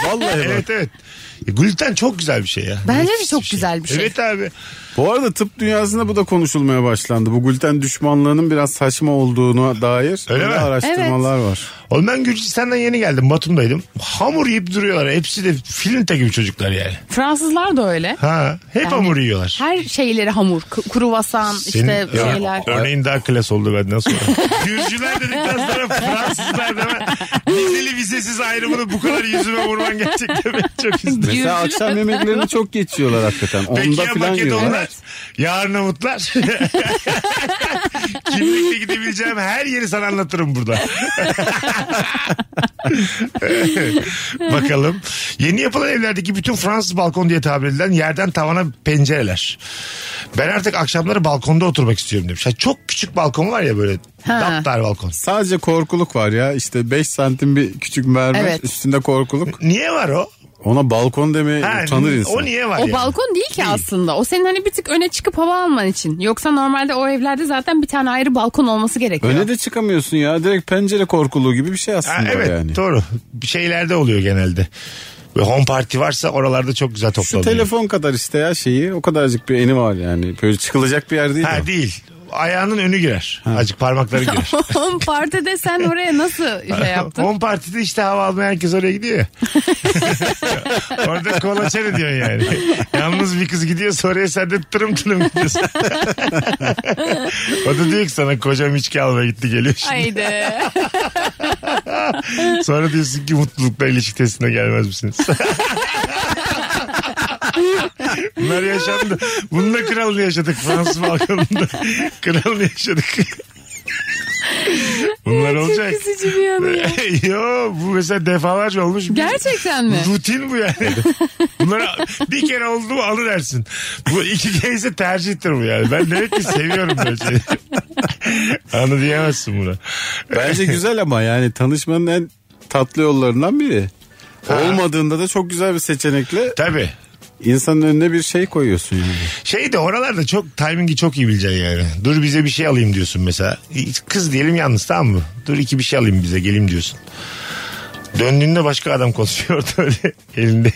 Speaker 3: Vallahi bak.
Speaker 1: Evet evet. E, gluten çok güzel bir şey ya.
Speaker 2: Bence de
Speaker 1: Nefis
Speaker 2: çok güzel bir şey.
Speaker 1: Evet abi.
Speaker 3: Bu arada tıp dünyasında bu da konuşulmaya başlandı. Bu gluten düşmanlığının biraz saçma olduğuna dair
Speaker 1: Öyle
Speaker 3: öyle
Speaker 1: mi?
Speaker 3: araştırmalar var.
Speaker 1: Oğlum ben Gürcistan'dan yeni geldim. Batum'daydım. Hamur yiyip duruyorlar. Hepsi de filinte gibi çocuklar yani.
Speaker 2: Fransızlar da öyle.
Speaker 1: Ha, hep
Speaker 2: Yani
Speaker 1: hamur yiyorlar.
Speaker 2: Her şeyleri hamur. K- Kruvasan
Speaker 1: Senin-
Speaker 2: işte
Speaker 1: Ya,
Speaker 2: şeyler.
Speaker 1: Örneğin daha klas oldu benden sonra. Gürcüler dedikten sonra Fransızlar deme. Vizeli vizesiz ayrımını bu kadar yüzüme vurman gerçekten beni çok üzdü.
Speaker 3: Mesela akşam yemeklerini çok geçiyorlar hakikaten.
Speaker 1: Peki
Speaker 3: Onda
Speaker 1: ya
Speaker 3: falan yiyorlar.
Speaker 1: Makedonlar? Ya Arnavutlar? Kimlikle gidebileceğim her yeri sana anlatırım burada. Bakalım. Yeni yapılan evlerdeki bütün Fransız balkon diye tabir edilen yerden tavana pencereler. Ben artık akşamları balkonda oturmak istiyorum demiş. Ha, çok küçük balkon var ya böyle.
Speaker 2: Ha.
Speaker 1: Daptar balkon.
Speaker 3: Sadece korkuluk var ya. İşte 5 santim bir küçük mermer
Speaker 2: Evet.
Speaker 3: üstünde korkuluk.
Speaker 1: Niye var o?
Speaker 3: Ona balkon demeye
Speaker 1: Ha,
Speaker 3: utanır insan.
Speaker 1: O niye var
Speaker 2: O
Speaker 1: yani?
Speaker 2: balkon değil ki aslında. O senin hani bir tık öne çıkıp hava alman için. Yoksa normalde o evlerde zaten bir tane ayrı balkon olması gerekiyor.
Speaker 3: Öne de çıkamıyorsun ya. Direkt pencere korkuluğu gibi bir şey
Speaker 1: Ha,
Speaker 3: aslında
Speaker 1: evet
Speaker 3: yani.
Speaker 1: doğru. Bir şeylerde oluyor genelde. Ve home party varsa oralarda çok güzel
Speaker 3: Şu
Speaker 1: toplanıyor.
Speaker 3: telefon kadar işte ya şeyi o kadarcık bir eni var yani. Böyle çıkılacak bir yer değil.
Speaker 1: Ha
Speaker 3: o.
Speaker 1: değil. Ayağının önü girer. Azıcık parmakları girer.
Speaker 2: Oğlum partide sen oraya nasıl şey yaptın?
Speaker 1: Home partide işte hava almaya herkes oraya gidiyor ya. Orada kolaçer diyorsun yani. Yalnız bir kız gidiyorsa oraya sen de tırım tırım gidiyorsun. o da diyor ki sana kocam içki almaya gitti geliyor şimdi.
Speaker 2: Haydi.
Speaker 1: Sonra diyorsun ki mutlulukla ilişki testine gelmez misiniz? Bunlar yaşandı. Bununla kralını yaşadık Fransız balkonunda. kralını yaşadık. Bunlar olacak.
Speaker 2: Çok üzücü bir anı ya.
Speaker 1: Yo bu mesela defalarca olmuş. Bir-
Speaker 2: Gerçekten mi?
Speaker 1: Rutin bu yani. Bunlara bir kere oldu mu alır dersin. Bu iki kere ise tercihtir bu yani. Ben demek ki seviyorum böyle şeyi. Anı diyemezsin buna.
Speaker 3: Bence güzel ama yani tanışmanın en tatlı yollarından biri. Olmadığında da çok güzel bir seçenekle
Speaker 1: Tabii.
Speaker 3: insanın önüne bir şey koyuyorsun yani.
Speaker 1: Şey de oralarda çok timingi çok iyi bileceksin yani. Dur bize bir şey alayım diyorsun mesela. Kız diyelim yalnız tamam mı? Dur iki bir şey alayım bize geleyim diyorsun. Döndüğünde başka adam konuşuyor orada öyle. Elinde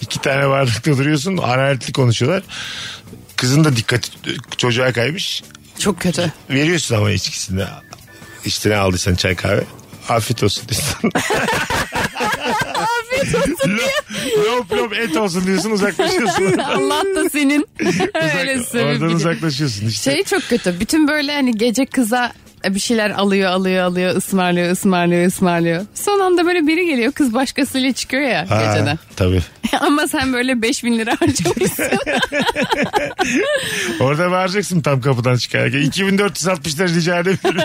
Speaker 1: iki tane bardakta duruyorsun. Hararetli konuşuyorlar. Kızın da dikkati çocuğa kaymış.
Speaker 2: Çok kötü.
Speaker 1: Veriyorsun ama içkisini. İşte ne aldıysan çay kahve. Afiyet olsun diyorsun.
Speaker 2: Afiyet olsun.
Speaker 1: lop, lop lop et olsun diyorsun uzaklaşıyorsun.
Speaker 2: Allah da senin. Öyle
Speaker 1: Uzak, oradan
Speaker 2: sövüp gidiyor.
Speaker 1: uzaklaşıyorsun işte.
Speaker 2: Şey çok kötü. Bütün böyle hani gece kıza bir şeyler alıyor alıyor alıyor ısmarlıyor ısmarlıyor ısmarlıyor. Son anda böyle biri geliyor kız başkasıyla çıkıyor ya
Speaker 1: Ha,
Speaker 2: geceden.
Speaker 1: Tabii.
Speaker 2: Ama sen böyle 5000 lira harcamışsın.
Speaker 1: Orada bağıracaksın tam kapıdan çıkarken. 2460 lira rica edebilirim.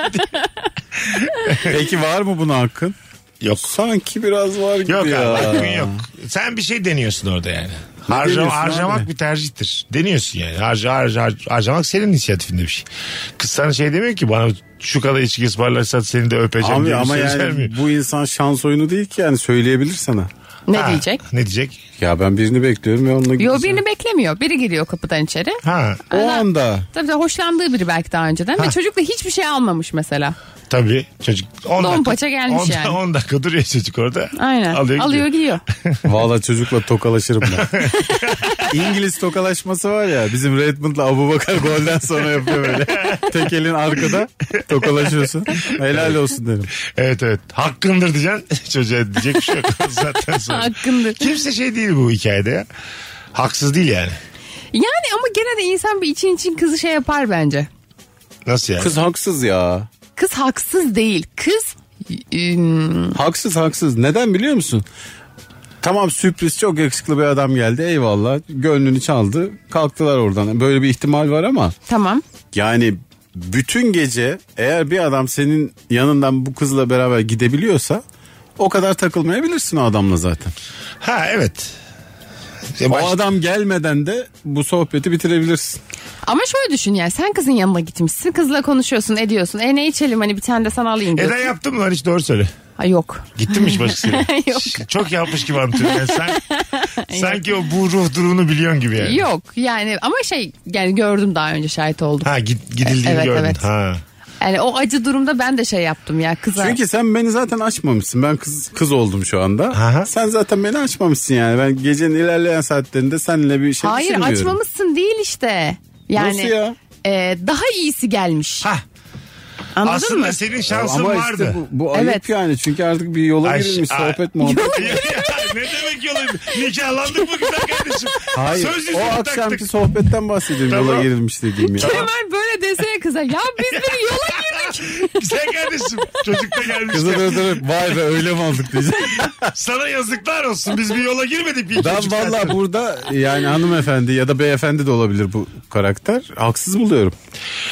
Speaker 3: Peki var mı buna hakkın?
Speaker 1: Yok.
Speaker 3: Sanki biraz var gibi
Speaker 1: Yok
Speaker 3: ya.
Speaker 1: abi hakkın yok. Sen bir şey deniyorsun orada yani. Harca,
Speaker 3: deniyorsun
Speaker 1: harcamak
Speaker 3: abi?
Speaker 1: bir tercihtir. Deniyorsun yani. Harca, harca, harca- harcamak senin inisiyatifinde bir şey. Kız sana şey demiyor ki bana şu kadar içki ısmarlarsan seni de öpeceğim
Speaker 3: Abi
Speaker 1: diye bir
Speaker 3: ama
Speaker 1: şey
Speaker 3: yani
Speaker 1: vermiyor.
Speaker 3: bu insan şans oyunu değil ki yani söyleyebilir sana.
Speaker 2: ne
Speaker 1: Ha,
Speaker 2: diyecek?
Speaker 1: Ne diyecek?
Speaker 3: Ya ben birini bekliyorum ya onunla
Speaker 2: Yo
Speaker 3: gideceğim.
Speaker 2: birini beklemiyor. Biri geliyor kapıdan içeri.
Speaker 1: Ha
Speaker 3: O anda
Speaker 2: Tabii de hoşlandığı biri belki daha önceden ve çocuk da hiçbir şey almamış mesela.
Speaker 1: tabii çocuk. 10
Speaker 2: Don paça gelmiş yani.
Speaker 1: 10 dakika duruyor çocuk orada.
Speaker 2: Aynen.
Speaker 1: Alıyor,
Speaker 2: Alıyor,
Speaker 1: gidiyor.
Speaker 2: gidiyor.
Speaker 3: valla çocukla tokalaşırım ben. İngiliz tokalaşması var ya bizim Redmond'la Abubakar golden sonra yapıyor böyle. Tek elin arkada tokalaşıyorsun. Helal olsun derim.
Speaker 1: Evet evet. Hakkındır diyeceksin. Çocuğa diyecek bir şey yok zaten sonra.
Speaker 2: Hakkındır.
Speaker 1: Kimse şey değil bu hikayede ya. Haksız değil yani.
Speaker 2: Yani ama gene de insan bir için için kızı şey yapar bence.
Speaker 1: Nasıl yani?
Speaker 3: Kız haksız ya.
Speaker 2: Kız haksız değil. Kız e, ım,
Speaker 3: Haksız haksız. Neden biliyor musun? Tamam sürpriz çok yakışıklı bir adam geldi eyvallah gönlünü çaldı kalktılar oradan böyle bir ihtimal var ama
Speaker 2: tamam.
Speaker 3: yani bütün gece eğer bir adam senin yanından bu kızla beraber gidebiliyorsa o kadar takılmayabilirsin o adamla zaten.
Speaker 1: Ha evet. Ya
Speaker 3: O
Speaker 1: baş-
Speaker 3: adam gelmeden de bu sohbeti bitirebilirsin.
Speaker 2: Ama şöyle düşün yani sen kızın yanına gitmişsin. Kızla konuşuyorsun ediyorsun. E ne içelim hani bir tane de sana alayım diyorsun.
Speaker 1: Eda yaptın mı lan hiç doğru söyle.
Speaker 2: Ha, yok.
Speaker 1: Gittin mi hiç başkasıyla?
Speaker 2: Yok.
Speaker 1: Çok yapmış gibi anlatıyorsun. Yani sen, sanki o bu ruh durumunu biliyorsun gibi yani.
Speaker 2: Yok yani ama şey yani gördüm daha önce şahit oldum.
Speaker 1: Ha git, gidildiğini
Speaker 2: Evet,
Speaker 1: gördün.
Speaker 2: evet.
Speaker 1: Ha.
Speaker 2: Yani o acı durumda ben de şey yaptım ya kıza.
Speaker 3: Çünkü sen beni zaten açmamışsın. Ben kız kız oldum şu anda.
Speaker 1: Aha.
Speaker 3: Sen zaten beni açmamışsın yani. Ben gecenin ilerleyen saatlerinde seninle bir şey
Speaker 2: Hayır
Speaker 3: düşünmüyorum.
Speaker 2: açmamışsın değil işte. Yani
Speaker 3: Nasıl ya?
Speaker 2: e, daha iyisi gelmiş.
Speaker 1: Ha.
Speaker 2: Anladın
Speaker 1: Aslında
Speaker 2: mı?
Speaker 1: senin
Speaker 3: Ama
Speaker 1: şansın vardı.
Speaker 3: işte bu, bu ayıp
Speaker 2: Evet.
Speaker 3: yani. Çünkü artık bir yola
Speaker 1: Ay-
Speaker 3: girilmiş
Speaker 1: ay-
Speaker 3: sohbet muhabbet.
Speaker 1: Ya, ya, ne demek yola Nikahlandık mı güzel kardeşim?
Speaker 3: Hayır
Speaker 1: Söz
Speaker 3: o
Speaker 1: yüzüğü
Speaker 3: akşamki
Speaker 1: taktık.
Speaker 3: sohbetten bahsediyorum
Speaker 1: Tamam.
Speaker 3: yola girilmiş dediğim ya.
Speaker 2: Hemen böyle desene kıza ya biz bir yola girdik.
Speaker 1: Güzel kardeşim. Çocuk da gelmiş.
Speaker 3: Kızı dönüp dönüp vay be öyle mi olduk diyecek.
Speaker 1: Sana yazıklar olsun. Biz bir yola girmedik bir iki
Speaker 3: Ben
Speaker 1: buçuk saat
Speaker 3: valla
Speaker 1: sonra.
Speaker 3: burada yani hanımefendi ya da beyefendi de olabilir bu karakter. Haksız buluyorum.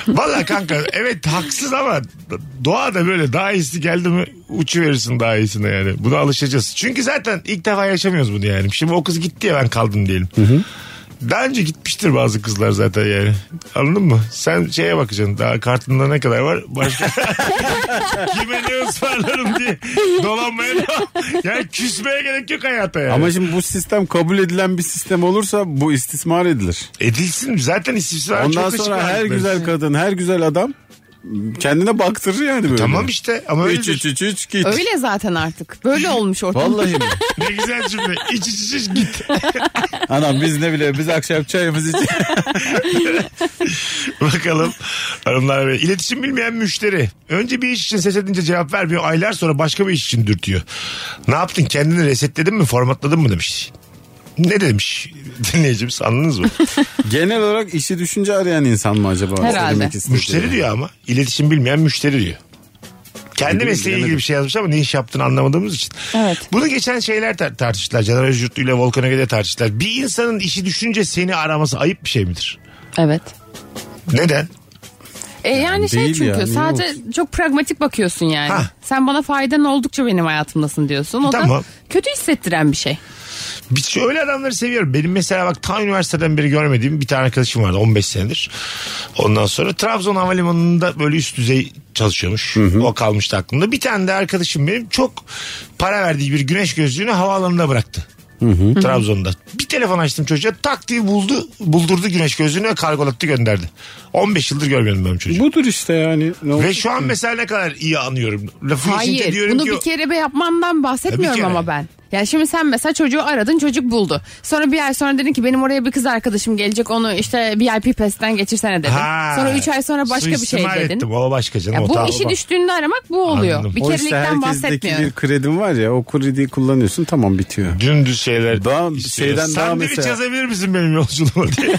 Speaker 1: Valla kanka evet haksız ama doğada böyle daha iyisi geldi mi uçuverirsin daha iyisine yani. Buna alışacağız. Çünkü zaten ilk defa yaşamıyoruz bunu yani. Şimdi o kız gitti ya ben kaldım diyelim. Daha önce gitmiştir bazı kızlar zaten yani. Anladın mı? Sen şeye bakacaksın daha kartında ne kadar var başka. Kime ne ısmarlarım diye dolanmaya devam. Yani küsmeye gerek yok hayata yani.
Speaker 3: Ama şimdi bu sistem kabul edilen bir sistem olursa bu istismar edilir.
Speaker 1: Edilsin zaten istismar
Speaker 3: Ondan
Speaker 1: çok açık
Speaker 3: sonra her
Speaker 1: varlıklar.
Speaker 3: güzel kadın, her güzel adam kendine baktırır yani böyle.
Speaker 1: Tamam işte ama öyle
Speaker 3: Üç üç üç üç git.
Speaker 2: Öyle zaten artık. Böyle olmuş ortam.
Speaker 3: Vallahi mi?
Speaker 1: ne güzel cümle. İç iç iç, iç git.
Speaker 3: Anam biz ne bile biz akşam çayımızı iç.
Speaker 1: Bakalım hanımlar ve iletişim bilmeyen müşteri. Önce bir iş için ses edince cevap vermiyor. Aylar sonra başka bir iş için dürtüyor. Ne yaptın kendini resetledin mi formatladın mı demiş. Ne demiş dinleyicimiz anladınız mı?
Speaker 3: Genel olarak işi düşünce arayan insan mı acaba?
Speaker 2: Herhalde.
Speaker 3: Demek istediği.
Speaker 1: müşteri diyor ama iletişim bilmeyen müşteri diyor. Kendi
Speaker 3: Bilmiyorum,
Speaker 1: mesleğiyle ilgili
Speaker 3: bilemedim.
Speaker 1: bir şey yazmış ama ne iş yaptığını anlamadığımız için.
Speaker 2: Evet.
Speaker 1: Bunu geçen şeyler tar- tartıştılar. Caner Özgürtlü ile Volkan Öge'de tartıştılar. Bir insanın işi düşünce seni araması ayıp bir şey midir?
Speaker 2: Evet.
Speaker 1: Neden?
Speaker 2: E yani, şey
Speaker 3: değil
Speaker 2: çünkü
Speaker 3: ya, niye
Speaker 2: sadece çok pragmatik bakıyorsun yani.
Speaker 1: Ha.
Speaker 2: Sen bana faydan oldukça benim hayatımdasın diyorsun. O
Speaker 1: Tamam.
Speaker 2: da kötü hissettiren bir şey.
Speaker 1: Bir şey- öyle adamları seviyorum. Benim mesela bak ta üniversiteden beri görmediğim bir tane arkadaşım vardı 15 senedir. Ondan sonra Trabzon Havalimanı'nda böyle üst düzey çalışıyormuş. O kalmıştı aklımda. Bir tane de arkadaşım benim çok para verdiği bir güneş gözlüğünü havaalanında bıraktı. Trabzon'da. Bir telefon açtım çocuğa tak diye buldu. Buldurdu güneş gözlüğünü ve kargolattı gönderdi. 15 yıldır görmedim ben bu çocuğu.
Speaker 3: Budur işte yani. Ne
Speaker 1: Ve
Speaker 3: olacak?
Speaker 1: şu an mesela ne kadar iyi anıyorum. Lafı geçince
Speaker 2: Hayır
Speaker 1: diyorum
Speaker 2: bunu
Speaker 1: ki...
Speaker 2: bir kere be yapmandan bahsetmiyorum
Speaker 1: kere.
Speaker 2: ama ben. Yani şimdi sen mesela çocuğu aradın çocuk buldu. Sonra bir ay sonra dedin ki benim oraya bir kız arkadaşım gelecek onu işte VIP PES'ten geçirsene dedin.
Speaker 1: Ha,
Speaker 2: sonra 3 ay sonra başka bir şey
Speaker 1: suistimal
Speaker 2: dedin.
Speaker 1: ettim. O başka canım.
Speaker 2: Ya
Speaker 1: o
Speaker 2: bu
Speaker 1: tamam,
Speaker 2: işi
Speaker 1: o-
Speaker 2: düştüğünde aramak bu oluyor.
Speaker 1: Anladım.
Speaker 2: Bir
Speaker 3: o işte
Speaker 2: kerelikten
Speaker 3: herkesteki
Speaker 2: bahsetmiyorum.
Speaker 3: bir kredin var ya o krediyi kullanıyorsun tamam bitiyor.
Speaker 1: Dümdüz şeyler.
Speaker 3: Daha
Speaker 1: istiyoruz.
Speaker 3: şeyden daha
Speaker 1: Sandviç
Speaker 3: mesela-
Speaker 1: yazabilir misin benim yolculuğuma diye.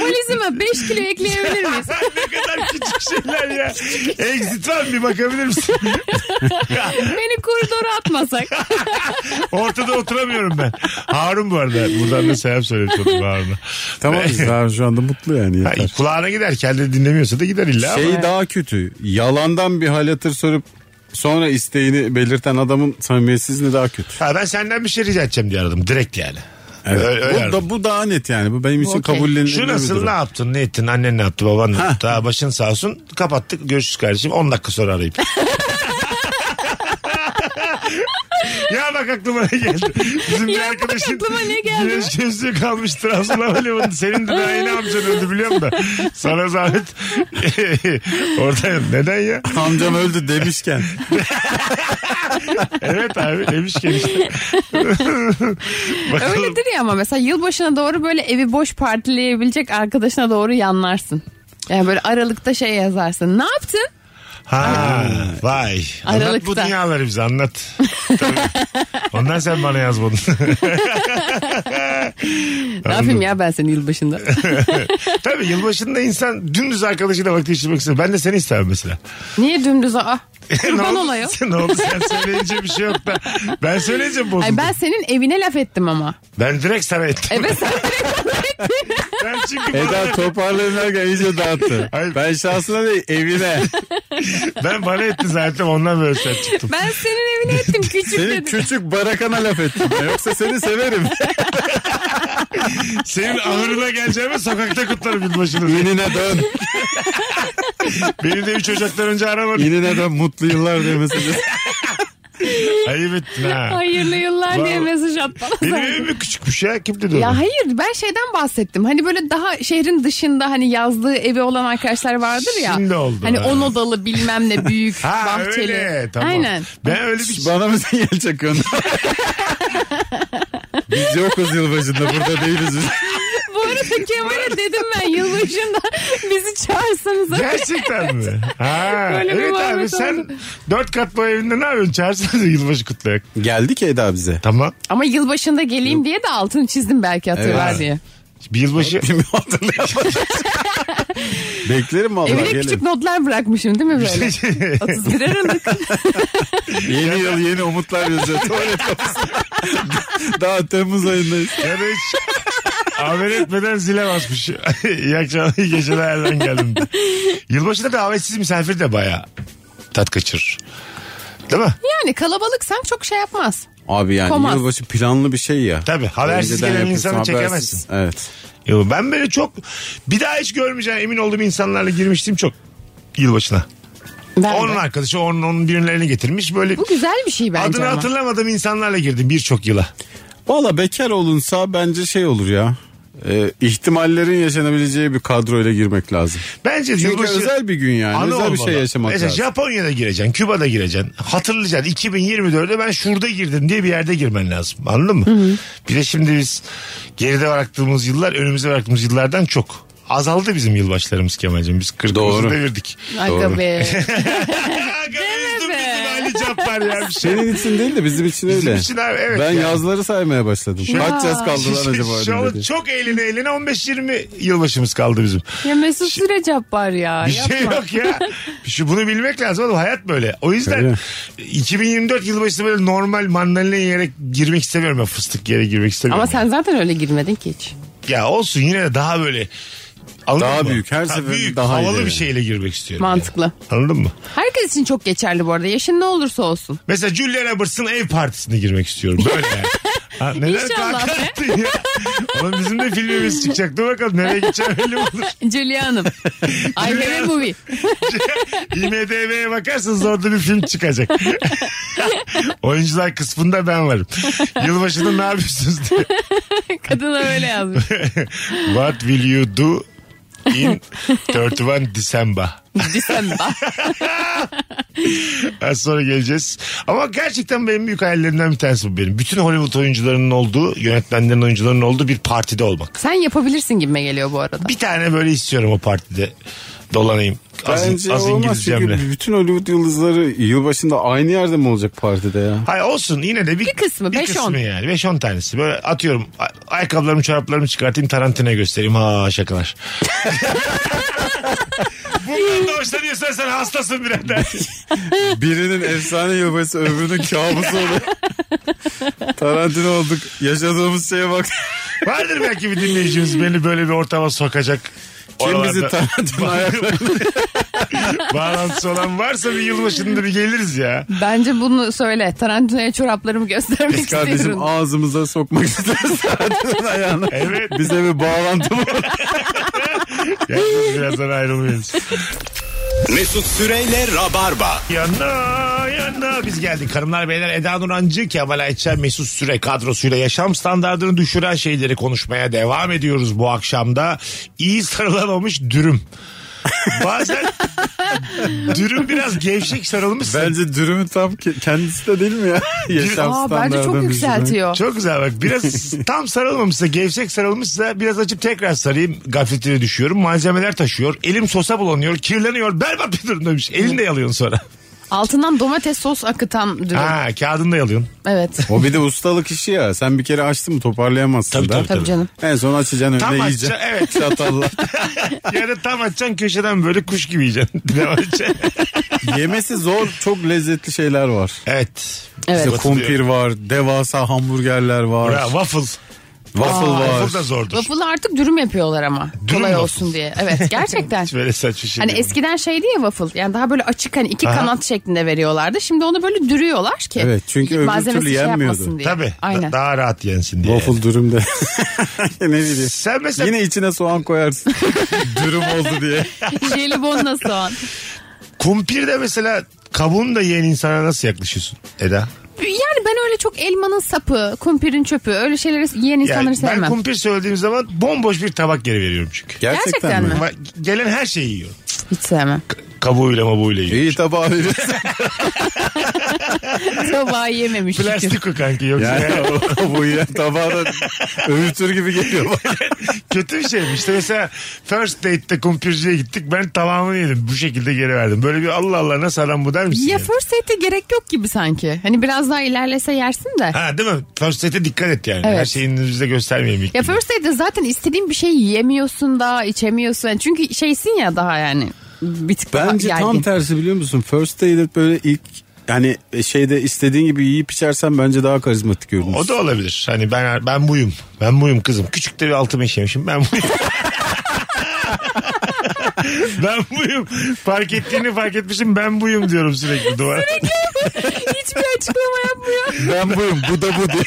Speaker 2: Polizime 5 kilo ekleyebilir miyiz?
Speaker 1: ne kadar küçük şeyler ya. Exit var mı? bir bakabilir misin?
Speaker 2: Beni koridora atmasak.
Speaker 1: Ortada oturamıyorum ben. Harun bu arada. Buradan da selam söylemiş oldum Harun'a.
Speaker 3: Tamam daha şu anda mutlu yani
Speaker 1: Ha,
Speaker 3: yeter.
Speaker 1: Kulağına gider. Kendi dinlemiyorsa da gider illa ama.
Speaker 3: Şey daha kötü yalandan bir hal hatır sorup sonra isteğini belirten adamın samimiyetsizliği daha kötü.
Speaker 1: Ha, ben senden bir şey rica edeceğim diye aradım. Direkt yani. Öyle, öyle
Speaker 3: bu,
Speaker 1: aradım.
Speaker 3: da, bu daha net yani bu benim için
Speaker 2: okey.
Speaker 3: kabullenilebilir
Speaker 1: Şu
Speaker 3: bir
Speaker 1: nasıl
Speaker 3: durum.
Speaker 1: ne yaptın ne ettin annen ne yaptı baban ne
Speaker 3: Ha.
Speaker 1: yaptı ha, başın sağ olsun kapattık görüşürüz kardeşim 10 dakika sonra arayayım. ya bak aklıma ne geldi. Bizim bir
Speaker 2: Ya bak
Speaker 1: arkadaşın
Speaker 2: aklıma ne geldi?
Speaker 1: güneş gözlüğü kalmış Trabzon Havalimanı. Senin de daha yeni amcan öldü biliyorum da. Sana zahmet. Orada neden ya?
Speaker 3: Amcam öldü demişken.
Speaker 1: Evet abi demiş ki işte. Bakalım.
Speaker 2: Öyledir ya ama mesela yılbaşına doğru böyle evi boş partileyebilecek arkadaşına doğru yanlarsın. Yani böyle aralıkta şey yazarsın. Ne yaptın?
Speaker 1: Ha, vay. Anlat bu
Speaker 2: Aralıkta.
Speaker 1: dünyaları bize anlat. Tabii. Ondan sen bana yazmadın.
Speaker 2: Ne yapayım ya ben senin yılbaşında.
Speaker 1: Tabii yılbaşında insan dümdüz arkadaşıyla vakit geçirmek istiyor. Ben de seni istemem mesela.
Speaker 2: Niye dümdüz aa?
Speaker 1: ne
Speaker 2: Kurban
Speaker 1: oldu?
Speaker 2: olayım.
Speaker 1: Sen, ne oldu? Sen söyleyince bir şey yok da. Ben söyleyeceğim bozuldu.
Speaker 2: Ay
Speaker 1: ben...
Speaker 2: ben senin evine laf ettim ama.
Speaker 1: direkt sana ettim.
Speaker 2: Evet sen direkt
Speaker 1: Ben çünkü bu
Speaker 3: Eda
Speaker 1: arada-
Speaker 3: toparlayın derken iyice dağıttı.
Speaker 1: Hayır.
Speaker 3: Ben şahsına değil evine.
Speaker 1: ben bana etti zaten ondan böyle sen çıktım.
Speaker 2: ben senin evine ettim küçük
Speaker 3: Senin
Speaker 2: dedim.
Speaker 3: küçük barakana laf ettim. Yoksa seni severim.
Speaker 1: Senin ahırına geleceğime sokakta kutlarım yılbaşını.
Speaker 3: İnine dön.
Speaker 1: Beni de 3 Ocak'tan önce aramadın.
Speaker 3: İnine dön. Mutlu yıllar diye mesajı.
Speaker 1: Ayıp ettin ha.
Speaker 2: Hayırlı yıllar diye
Speaker 1: Vallahi-
Speaker 2: mesaj at bana.
Speaker 1: Benim
Speaker 2: zaten.
Speaker 1: evim mi küçükmüş ya? Kim dedi onu?
Speaker 2: Ya hayır ben şeyden bahsettim. Hani böyle daha şehrin dışında hani yazlığı evi olan arkadaşlar vardır ya.
Speaker 1: Şimdi oldu.
Speaker 2: Hani
Speaker 1: Ha.
Speaker 2: on odalı bilmem ne büyük
Speaker 1: Ha
Speaker 2: bahçeli.
Speaker 1: öyle tamam.
Speaker 2: Aynen.
Speaker 1: Ben öyle bir şey
Speaker 3: Bana mı sinyal çakıyorsun? Biz yokuz yılbaşında burada değiliz biz.
Speaker 2: Bu arada Kemal'e dedim ben yılbaşında bizi çağırsanız.
Speaker 1: Gerçekten mi? Ha,
Speaker 2: Böyle bir
Speaker 1: evet
Speaker 2: muhabbet
Speaker 1: abi
Speaker 2: oldu.
Speaker 1: sen dört katlı evinde ne yapıyorsun? Çağırsana yılbaşı kutlayak.
Speaker 3: Geldi ki Eda bize.
Speaker 1: Tamam.
Speaker 2: Ama yılbaşında geleyim diye de altını çizdim belki hatırlar
Speaker 3: Evet.
Speaker 2: diye.
Speaker 1: Bir yılbaşı
Speaker 3: Beklerim valla
Speaker 2: Evine
Speaker 3: gelin.
Speaker 2: küçük notlar bırakmışım değil mi böyle? 31 Aralık.
Speaker 3: Yeni yıl yeni umutlar yazıyor. Tuvalet kapısında. Daha Temmuz ayındayız.
Speaker 1: ya da hiç amel etmeden zile basmış. iyi akşamlar, iyi geceler Erden geldim. Yılbaşında davetsiz misafir de bayağı tat kaçırır. Değil mi?
Speaker 2: Yani kalabalıksam çok şey yapmaz.
Speaker 3: Abi yani
Speaker 2: Komaz.
Speaker 3: yılbaşı planlı bir şey ya.
Speaker 1: Tabii, habersiz
Speaker 3: Önceden
Speaker 1: gelen
Speaker 3: yapıyorsun,
Speaker 1: insanı
Speaker 3: habersiz.
Speaker 1: çekemezsin.
Speaker 3: Evet.
Speaker 1: Yo, ben böyle çok bir daha hiç görmeyeceğim emin olduğum insanlarla girmiştim çok yılbaşına.
Speaker 2: Ben de.
Speaker 1: Onun arkadaşı onun, onun birilerini getirmiş böyle
Speaker 2: Bu güzel bir şey bence
Speaker 1: adını
Speaker 2: ama.
Speaker 1: hatırlamadığım insanlarla girdim birçok yıla.
Speaker 3: Valla bekar olunsa bence şey olur ya. Ee, ihtimallerin yaşanabileceği bir kadroyla girmek lazım.
Speaker 1: Bence
Speaker 3: Çünkü
Speaker 1: yılbaşı
Speaker 3: özel bir gün yani.
Speaker 1: anı
Speaker 3: özel bir şey
Speaker 1: olmalı.
Speaker 3: yaşamak
Speaker 1: Mesela
Speaker 3: lazım.
Speaker 1: Japonya'da gireceksin, Küba'da gireceksin. Hatırlayacaksın 2024'de ben şurada girdim diye bir yerde girmen lazım. Anladın mı? Bir de şimdi biz geride bıraktığımız yıllar önümüze bıraktığımız yıllardan çok. Azaldı bizim yılbaşlarımız Kemal'cim. Biz 40'ımızı
Speaker 3: Doğru.
Speaker 1: devirdik.
Speaker 2: Aga be.
Speaker 1: Aga üzdüm
Speaker 2: be.
Speaker 1: bizim Ali Cabbar ya bir şey.
Speaker 3: Senin için değil de bizim için öyle.
Speaker 1: Bizim için abi, evet
Speaker 3: ben
Speaker 1: yani.
Speaker 3: yazları saymaya başladım. Kaç yaz kaldı lan acaba?
Speaker 1: Şu an
Speaker 3: diye.
Speaker 1: çok eline eline 15-20 yılbaşımız kaldı bizim.
Speaker 2: ya Mesut Süre Cabbar ya.
Speaker 1: Bir
Speaker 2: Yapma.
Speaker 1: şey yok ya. Şu bunu bilmek lazım oğlum hayat böyle. O yüzden
Speaker 3: Öyle.
Speaker 1: 2024 yılbaşında böyle normal mandalina yiyerek girmek istemiyorum ben fıstık yere girmek istemiyorum.
Speaker 2: Ama sen zaten öyle girmedin ki hiç.
Speaker 1: Ya olsun yine de daha böyle anladın
Speaker 3: Daha
Speaker 1: mı?
Speaker 3: büyük, her
Speaker 1: Ha,
Speaker 3: seferinde
Speaker 1: büyük,
Speaker 3: daha
Speaker 1: havalı
Speaker 3: ileri.
Speaker 1: bir şeyle girmek istiyorum.
Speaker 2: Mantıklı.
Speaker 1: yani. Anladın mı?
Speaker 2: Herkes için çok geçerli bu arada. Yaşın ne olursa olsun.
Speaker 1: Mesela Julia Roberts'ın ev partisine girmek istiyorum. Böyle yani. Ha, neler
Speaker 2: İnşallah
Speaker 1: kalkar
Speaker 2: be.
Speaker 1: attın ya. Oğlum bizim de filmimiz çıkacak. Dur bakalım nereye gideceğim belli olur.
Speaker 2: Julia Hanım. I have a movie.
Speaker 1: IMDB'ye bakarsanız orada bir film çıkacak. Oyuncular kısmında ben varım. Yılbaşında ne yapıyorsunuz diye.
Speaker 2: Kadına öyle yazmış.
Speaker 1: What will you do in 31 December?
Speaker 2: December.
Speaker 1: Az sonra geleceğiz. Ama gerçekten benim büyük hayallerimden bir tanesi bu benim. Bütün Hollywood oyuncularının olduğu, yönetmenlerin oyuncularının olduğu bir partide olmak.
Speaker 2: Sen yapabilirsin gibime geliyor bu arada.
Speaker 1: Bir tane böyle istiyorum o partide. Dolanayım. Az,
Speaker 3: Bence
Speaker 1: az
Speaker 3: olmaz
Speaker 1: İngilizcemle.
Speaker 3: çünkü bütün Hollywood yıldızları yılbaşında aynı yerde mi olacak partide ya?
Speaker 1: Hayır olsun yine de bir,
Speaker 2: Bir kısmı,
Speaker 1: bir
Speaker 2: beş,
Speaker 1: kısmı
Speaker 2: on.
Speaker 1: yani 5-10 tanesi. Böyle atıyorum a- ayakkabılarımı çoraplarımı çıkartayım Tarantino'ya göstereyim. Ha şakalar. Bundan da hoşlanıyorsan sen hastasın birader.
Speaker 3: Birinin efsane yılbaşısı öbürünün kabusu oluyor. Tarantino olduk. Yaşadığımız şeye bak.
Speaker 1: Vardır belki bir dinleyicimiz beni böyle bir ortama sokacak.
Speaker 3: Kim
Speaker 1: Oralarda
Speaker 3: bizi Tarantino ayaklarına
Speaker 1: Bağlantısı olan varsa bir yılbaşında bir geliriz ya.
Speaker 2: Bence bunu söyle. Tarantino'ya çoraplarımı göstermek
Speaker 3: Biz kardeşim
Speaker 2: istiyorum.
Speaker 3: ağzımıza sokmak istiyoruz Tarantino'nun ayağını.
Speaker 1: Evet.
Speaker 3: Bize bir bağlantı var.
Speaker 1: Yalnız birazdan ayrılmayız.
Speaker 5: Mesut Süreyle Rabarba.
Speaker 1: Yana yana biz geldik. Karımlar beyler Eda Nurancı, Kemal Ayça, Mesut Süre kadrosuyla yaşam standartını düşüren şeyleri konuşmaya devam ediyoruz bu akşamda. İyi sarılamamış dürüm. Bazen dürüm biraz gevşek sarılmış.
Speaker 3: Bence dürümün tam ke- kendisi de değil mi ya? Yaşam
Speaker 2: Aa, bence çok
Speaker 3: standartını düşürmek.
Speaker 2: yükseltiyor.
Speaker 1: Çok güzel bak biraz tam sarılmamışsa gevşek sarılmışsa biraz açıp tekrar sarayım gafletine düşüyorum malzemeler taşıyor elim sosa bulanıyor kirleniyor berbat bir durumdaymış elini de yalıyorsun sonra
Speaker 2: Altından domates sos akıtan dürüm.
Speaker 1: ha kağıdını da yalıyorsun
Speaker 2: Evet.
Speaker 3: O bir de ustalık işi ya. Sen bir kere açtın mı toparlayamazsın
Speaker 1: Tabii,
Speaker 3: da.
Speaker 1: tabii,
Speaker 2: Tabii canım.
Speaker 3: En son açacaksın önüne
Speaker 1: Tam
Speaker 3: yiyeceksin.
Speaker 1: açacaksın, evet.
Speaker 3: Çatalla.
Speaker 1: ya da tam açacaksın köşeden böyle kuş gibi yiyeceksin Devam edeceksin.
Speaker 3: Yemesi zor çok lezzetli şeyler var.
Speaker 1: evet
Speaker 2: Evet.
Speaker 3: İşte kumpir var, devasa hamburgerler var.
Speaker 1: Bravo, waffle
Speaker 3: Waffle var.
Speaker 1: Waffle da zordur.
Speaker 2: Waffle'ı artık dürüm yapıyorlar ama.
Speaker 1: Dürüm
Speaker 2: kolay
Speaker 1: mü?
Speaker 2: olsun diye. Evet gerçekten.
Speaker 1: Hiç böyle saçma şey
Speaker 2: Hani
Speaker 1: değil.
Speaker 2: eskiden şeydi ya waffle. Yani daha böyle açık hani iki
Speaker 1: Aha.
Speaker 2: kanat şeklinde veriyorlardı. Şimdi onu böyle dürüyorlar ki.
Speaker 3: Evet, çünkü öbür
Speaker 2: malzemesi
Speaker 3: türlü
Speaker 2: şey
Speaker 3: yenmiyordu.
Speaker 2: yapmasın diye.
Speaker 1: Tabii. da-
Speaker 2: Aynen.
Speaker 1: daha rahat yensin diye.
Speaker 3: Waffle dürümde. ne bileyim.
Speaker 1: Sen mesela
Speaker 3: Yine içine soğan koyarsın. Dürüm oldu diye.
Speaker 2: Jelibonla soğan.
Speaker 1: kumpirde mesela kabuğunu da yiyen insana nasıl yaklaşıyorsun Eda?
Speaker 2: Yani ben öyle çok elmanın sapı, kumpirin çöpü öyle şeyleri yiyen insanları
Speaker 1: Yani ben
Speaker 2: sevmem.
Speaker 1: kumpir söylediğim zaman bomboş bir tabak geri veriyorum çünkü.
Speaker 3: Gerçekten,
Speaker 2: Gerçekten
Speaker 3: mi?
Speaker 2: mi?
Speaker 1: Ama gelen her şeyi yiyor.
Speaker 2: Hiç sevmem.
Speaker 1: Kabuğuyla mabuğuyla yiyor.
Speaker 3: İyi tabağı veriyorsun.
Speaker 2: Tabağı yememiş. şükür.
Speaker 1: Plastik o kanki yoksa.
Speaker 3: Yani o- bu ya tabağı da öğütür gibi geliyor bana.
Speaker 1: Kötü bir şeymiş. İşte mesela first date'te kumpirciye gittik. Ben tamamını yedim. Bu şekilde geri verdim. Böyle bir Allah Allah nasıl adam bu der misin?
Speaker 2: Ya
Speaker 1: yani?
Speaker 2: first date'e gerek yok gibi sanki. Hani biraz daha ilerlese yersin de.
Speaker 1: Ha değil mi? First date'e dikkat et yani.
Speaker 2: Evet.
Speaker 1: Her şeyini bize göstermeyelim ilk
Speaker 2: Ya
Speaker 1: günde.
Speaker 2: first date'de zaten istediğin bir şey yiyemiyorsun da içemiyorsun. Yani Çünkü şeysin ya daha yani bir tık daha
Speaker 3: Bence
Speaker 2: gergin.
Speaker 3: tam tersi biliyor musun? First date böyle ilk yani şeyde istediğin gibi yiyip içersen bence daha karizmatik görünürsün.
Speaker 1: O da olabilir. Hani ben ben buyum. Ben buyum kızım. Küçükte bir altımı işemişim. Ben buyum. ben buyum. Fark ettiğini fark etmişim. Ben buyum diyorum sürekli duvara.
Speaker 2: Hiçbir açıklama yapmıyor.
Speaker 3: Ben buyum bu da bu diye.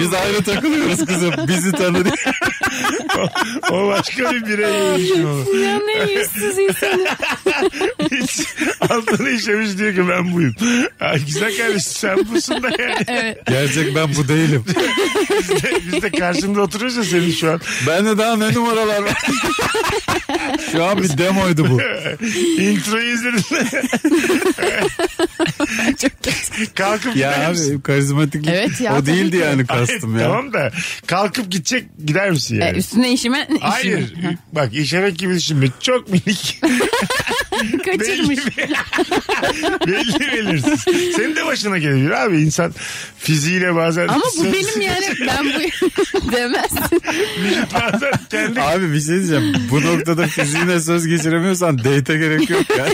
Speaker 3: Biz ayrı takılıyoruz kızım. Bizi tanı diye.
Speaker 1: O başka bir birey.
Speaker 2: Ya ne yüzsüz insanı.
Speaker 1: Hiç altını işemiş diyor ki ben buyum. Ay, güzel kardeşim sen busun da yani.
Speaker 3: Gerçek ben bu değilim.
Speaker 1: Biz de, biz de karşımda oturuyoruz ya senin şu an.
Speaker 3: Ben de daha ne numaralar var. Şu an bir demoydu bu.
Speaker 1: Introyu izledin. Kalkıp gider
Speaker 3: Ya
Speaker 1: misin?
Speaker 3: abi karizmatik.
Speaker 2: Evet ya,
Speaker 3: o değildi
Speaker 2: tabii ki.
Speaker 3: yani
Speaker 1: Ay,
Speaker 3: kastım ya.
Speaker 1: Tamam da kalkıp gidecek gider misin
Speaker 2: E,
Speaker 1: yani?
Speaker 2: üstüne işime, işime.
Speaker 1: Hayır. e, Bak işemek gibi düşünme. Çok minik.
Speaker 2: kaçırmış.
Speaker 1: belli belirsiz. Senin de başına gelebilir abi. insan fiziğiyle bazen...
Speaker 2: Ama bu benim yani ben bu demezsin.
Speaker 1: Bazen kendi...
Speaker 3: Abi bir şey diyeceğim. Bu noktada fiziğine söz geçiremiyorsan date'e gerek yok ya.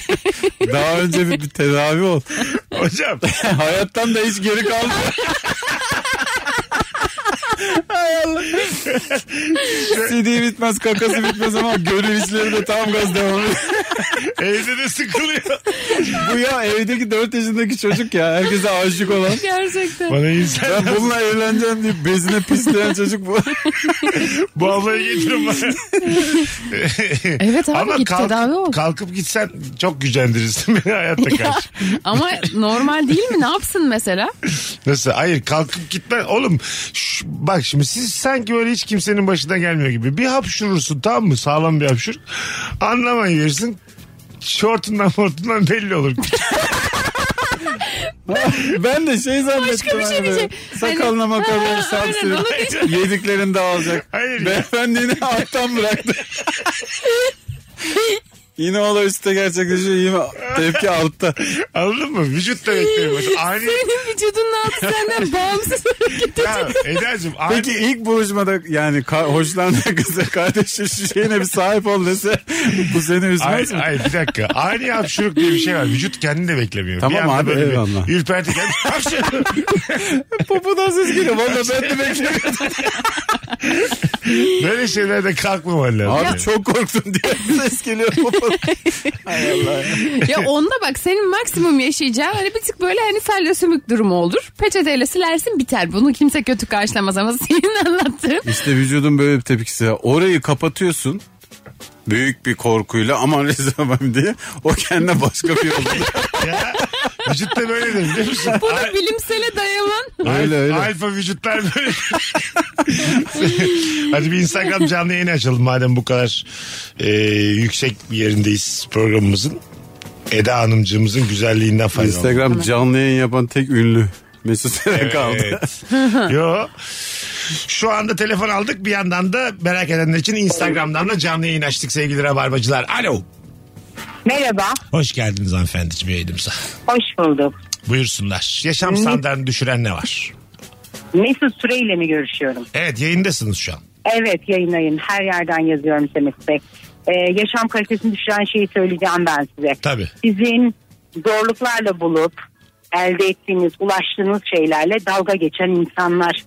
Speaker 3: Daha önce bir, bir tedavi ol.
Speaker 1: Hocam
Speaker 3: Hayattan da hiç geri kalma. CD bitmez kakası bitmez ama gönül işleri de tam gaz devam ediyor.
Speaker 1: evde de sıkılıyor.
Speaker 3: Bu ya evdeki 4 yaşındaki çocuk ya herkese aşık olan.
Speaker 2: Gerçekten.
Speaker 1: Bana insan
Speaker 3: Ben bununla evleneceğim deyip bezine pisleyen çocuk bu.
Speaker 1: bu ablayı getirin bana.
Speaker 2: Evet abi git tedavi ol.
Speaker 1: kalkıp gitsen çok gücendirirsin beni hayatta karşı.
Speaker 2: Ama normal değil mi? Ne yapsın mesela?
Speaker 1: Nasıl? Hayır kalkıp gitme. Oğlum şş, bak şimdi siz sanki öyle hiç kimsenin başına gelmiyor gibi. Bir hapşurursun tamam mı? Sağlam bir hapşur. Anlamayı verirsin. Şortundan mortundan belli olur.
Speaker 3: Ben de şey zannettim.
Speaker 2: Başka bir şey
Speaker 3: abi.
Speaker 2: diyecek.
Speaker 3: Sakalına
Speaker 2: Hani-
Speaker 3: makarna
Speaker 2: Ha, aynen,
Speaker 3: sapsırıp
Speaker 2: onu
Speaker 3: yediklerini de alacak.
Speaker 1: Hayır ya.
Speaker 3: Beyefendini alttan bıraktı. Yine olay üstte gerçekleşiyor. Yine tepki altta.
Speaker 1: Anladın mı? Vücut da bekliyor.
Speaker 3: Hani-
Speaker 1: Ani...
Speaker 2: Senin vücudunun altı senden bağımsız hareket
Speaker 1: Ya, Eda'cığım ani...
Speaker 3: Peki ilk buluşmada yani ka- hoşlandığı kıza kardeşim şu şeyine bir sahip ol dese bu seni
Speaker 1: Ay,
Speaker 3: üzmez mi?
Speaker 1: ay bir dakika. Ani hapşuruk diye bir şey var. Vücut kendini de beklemiyor.
Speaker 3: Tamam
Speaker 1: bir anda
Speaker 3: abi,
Speaker 1: böyle bir
Speaker 3: eyvallah.
Speaker 1: Ürperti kendi hapşırıyor.
Speaker 3: Popodan ses geliyor. Valla ben
Speaker 1: Şey-
Speaker 3: de beklemiyordum.
Speaker 1: Böyle şeylerde kalkmaman lazım.
Speaker 3: Abi
Speaker 1: yani.
Speaker 3: çok korktum diye ses geliyor popodan.
Speaker 2: Ya onda bak senin maksimum yaşayacağın hani bir tık böyle hani salya sümük durumu olur. Peçeteyle silersin biter. Bunu kimse kötü karşılamaz ama senin anlattığın.
Speaker 3: İşte vücudun böyle bir tepkisi. var. Orayı kapatıyorsun. Büyük bir korkuyla aman rezilmem diye. O kendine başka bir yol buluyor.
Speaker 1: Ya, vücut da böyle de biliyor musun?
Speaker 2: Bunu bilimsele dayaman.
Speaker 3: öyle
Speaker 1: Al-
Speaker 3: öyle.
Speaker 1: Alfa vücutlar böyle. Hadi bir Instagram canlı yayını açalım madem bu kadar e, yüksek bir yerindeyiz programımızın. Eda Hanımcığımızın güzelliğinden faydalanalım.
Speaker 3: Instagram canlı yayın yapan tek ünlü. Mesut Süre kaldı.
Speaker 1: Evet. Yo. Şu anda telefon aldık bir yandan da merak edenler için Instagram'dan da canlı yayın açtık sevgili rabarbacılar. Alo.
Speaker 6: Merhaba,
Speaker 1: Hoş geldiniz hanımefendiciğim yayınımıza.
Speaker 6: hoş bulduk.
Speaker 1: Buyursunlar. Yaşam standartını düşüren ne var?
Speaker 6: Mesut Süre ile mi görüşüyorum?
Speaker 1: Evet yayındasınız şu an.
Speaker 6: Evet, yayınlayın. Her yerden yazıyorum Semih Bey. Ee, yaşam kalitesini düşüren şeyi söyleyeceğim ben size.
Speaker 1: Tabii.
Speaker 6: Sizin zorluklarla bulup elde ettiğiniz, ulaştığınız şeylerle dalga geçen insanlar.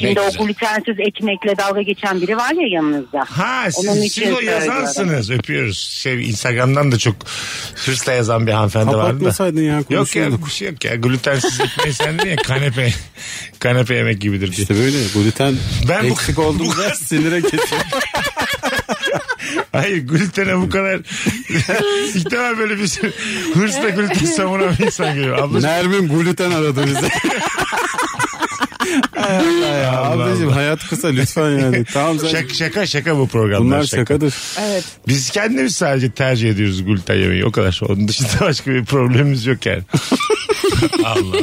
Speaker 6: Şimdi
Speaker 1: Ne
Speaker 6: o
Speaker 1: güzel.
Speaker 6: glutensiz ekmekle dalga geçen biri var ya yanınızda.
Speaker 1: Ha siz,
Speaker 6: Onun
Speaker 1: siz
Speaker 6: için
Speaker 1: o
Speaker 6: söylüyorum.
Speaker 1: yazansınız. Öpüyoruz. Şey, Instagram'dan da çok hırsla yazan bir hanımefendi vardı da.
Speaker 3: Kapatmasaydın ya
Speaker 1: Yok ya
Speaker 3: konuşuyorduk.
Speaker 1: bir şey yok ya. Glutensiz ekmeği sen dedin ya kanepe. Kanepe yemek gibidir diye.
Speaker 3: İşte böyle gluten
Speaker 1: Ben bu-
Speaker 3: eksik
Speaker 1: bu-
Speaker 3: olduğumda sinire geçiyor.
Speaker 1: Hayır glutene bu kadar ilk defa böyle bir şey- hırsla gluten savunan bir insan geliyor. Abla
Speaker 3: Nermin gluten aradı bize. Hay Allah ya.
Speaker 1: Allah
Speaker 3: Ablacığım
Speaker 1: Allah.
Speaker 3: hayat kısa lütfen yani. Tamam sen.
Speaker 1: şaka, şaka şaka bu programlar.
Speaker 3: Bunlar
Speaker 1: şaka.
Speaker 3: şakadır.
Speaker 2: Evet.
Speaker 1: Biz kendimiz sadece tercih ediyoruz gluten yemeği. O kadar. Onun dışında başka bir problemimiz yok yani. Allah Allah.